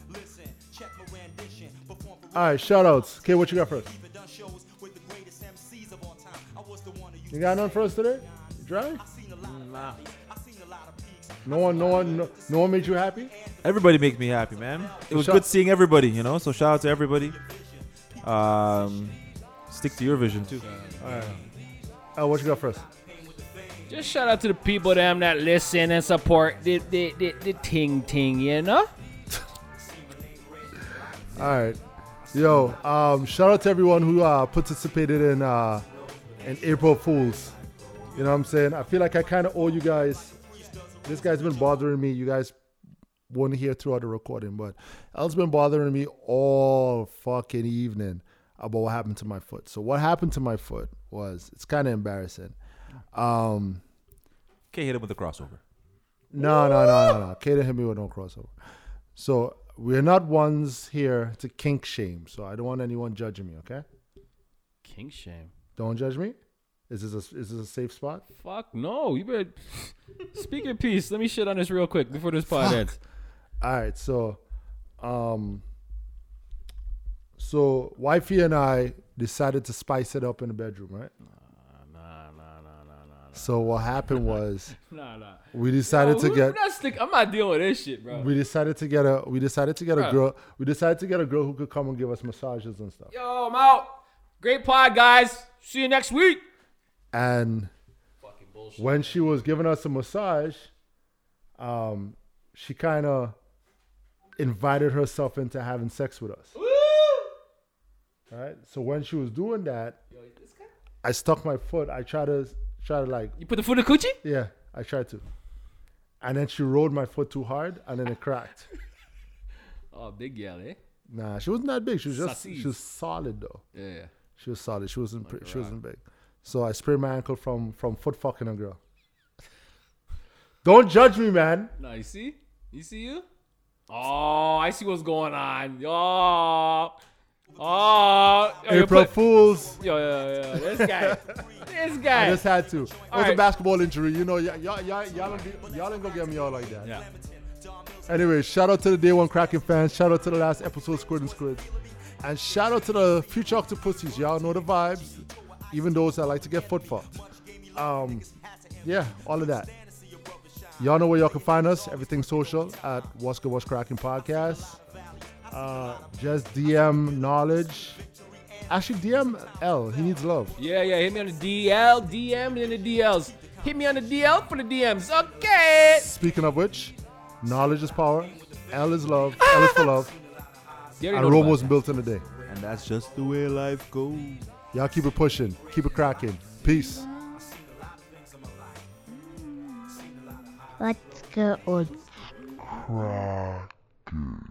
Speaker 9: Listen, check my rendition. Perform for
Speaker 4: All right, shout outs. Okay, what you got first?
Speaker 9: even done shows with the greatest MCs of all time. I was the one who used
Speaker 4: You got none for us today? Dry?
Speaker 9: seen a lot of valleys. I seen a lot of peaks.
Speaker 4: No one, no one, no, no one made you happy?
Speaker 5: Everybody makes me happy, man. It was
Speaker 4: Shout-
Speaker 5: good seeing everybody, you know. So shout out to everybody. Um, stick to your vision too.
Speaker 4: Uh, what you got first?
Speaker 6: Just shout out to the people them that listen and support the the, the, the ting ting, you know?
Speaker 4: All right, yo, um, shout out to everyone who uh, participated in uh, in April Fools. You know what I'm saying? I feel like I kind of owe you guys. This guy's been bothering me. You guys won't hear throughout the recording, but El's been bothering me all fucking evening about what happened to my foot. So what happened to my foot was it's kind of embarrassing. Um,
Speaker 5: Can't hit him with a crossover.
Speaker 4: No, no, no, no, no. Kaden hit me with no crossover. So we're not ones here to kink shame. So I don't want anyone judging me. Okay,
Speaker 6: King shame.
Speaker 4: don't judge me. Is this a, is this a safe spot?
Speaker 6: Fuck no. You better speak your piece. Let me shit on this real quick before this pod ends.
Speaker 4: All right. So, um, so wifey and I decided to spice it up in the bedroom, right?
Speaker 6: Nah, nah, nah, nah, nah.
Speaker 4: So what happened was
Speaker 6: Nah, nah.
Speaker 4: we decided to
Speaker 6: Who-
Speaker 4: get
Speaker 6: that's the- I'm not dealing with this shit, bro.
Speaker 4: we decided to get a we decided to get a
Speaker 6: Bruh.
Speaker 4: girl we decided to get a girl who could come and give us massages and stuff.
Speaker 6: Yo, I'm out. Great pod, guys. See you next week.
Speaker 4: and when she was giving us a massage, um, she kind of invited herself into having sex with us. Right. So when she was doing that, I stuck my foot. I tried to try to like
Speaker 6: You put the foot in the coochie?
Speaker 4: yeah, I tried to, and then she rolled my foot too hard, and then it cracked.
Speaker 6: Oh, big gal, eh?
Speaker 4: Nah, she wasn't that big. She was just
Speaker 6: Sausage.
Speaker 4: she was solid though.
Speaker 6: Yeah.
Speaker 4: She was solid. She wasn't pre- she wasn't big. So I sprained my ankle from from foot fucking a girl. Don't judge me, man.
Speaker 6: Nah, you see? You see you? Oh, I see what's going on. Oh. Oh. Yo, you
Speaker 4: April
Speaker 6: put-
Speaker 4: Fools.
Speaker 6: Yo, yo, yo, this guy. this
Speaker 4: I
Speaker 6: guy.
Speaker 4: just had to. It was a
Speaker 6: right.
Speaker 4: basketball injury. You know, y- y'all, y'all, y'all, don't be, y'all ain't gonna get me all like that.
Speaker 6: Yeah.
Speaker 4: Anyway, shout out to the Day One Cracking fans. Shout out to the last episode, Squid and Squid. And shout out to the future Octopussies. Y'all know the vibes, even those that like to get foot fucked. Um, yeah, all of that. Y'all know where y'all can find us. Everything social at What's Good, What's Cracking Podcast. Uh, just DM knowledge. Actually, DM L. He needs love.
Speaker 6: Yeah, yeah. Hit me on the DL, DM, and the DLs. Hit me on the DL for the DMs. Okay.
Speaker 4: Speaking of which, knowledge is power. L is love. L is for love.
Speaker 6: You already
Speaker 4: And
Speaker 6: know the
Speaker 4: Rome was
Speaker 6: vibe.
Speaker 4: built in a day.
Speaker 5: And that's just the way life goes.
Speaker 4: Y'all keep it pushing, keep it cracking. Peace.
Speaker 2: Let's go on.
Speaker 4: Cracking.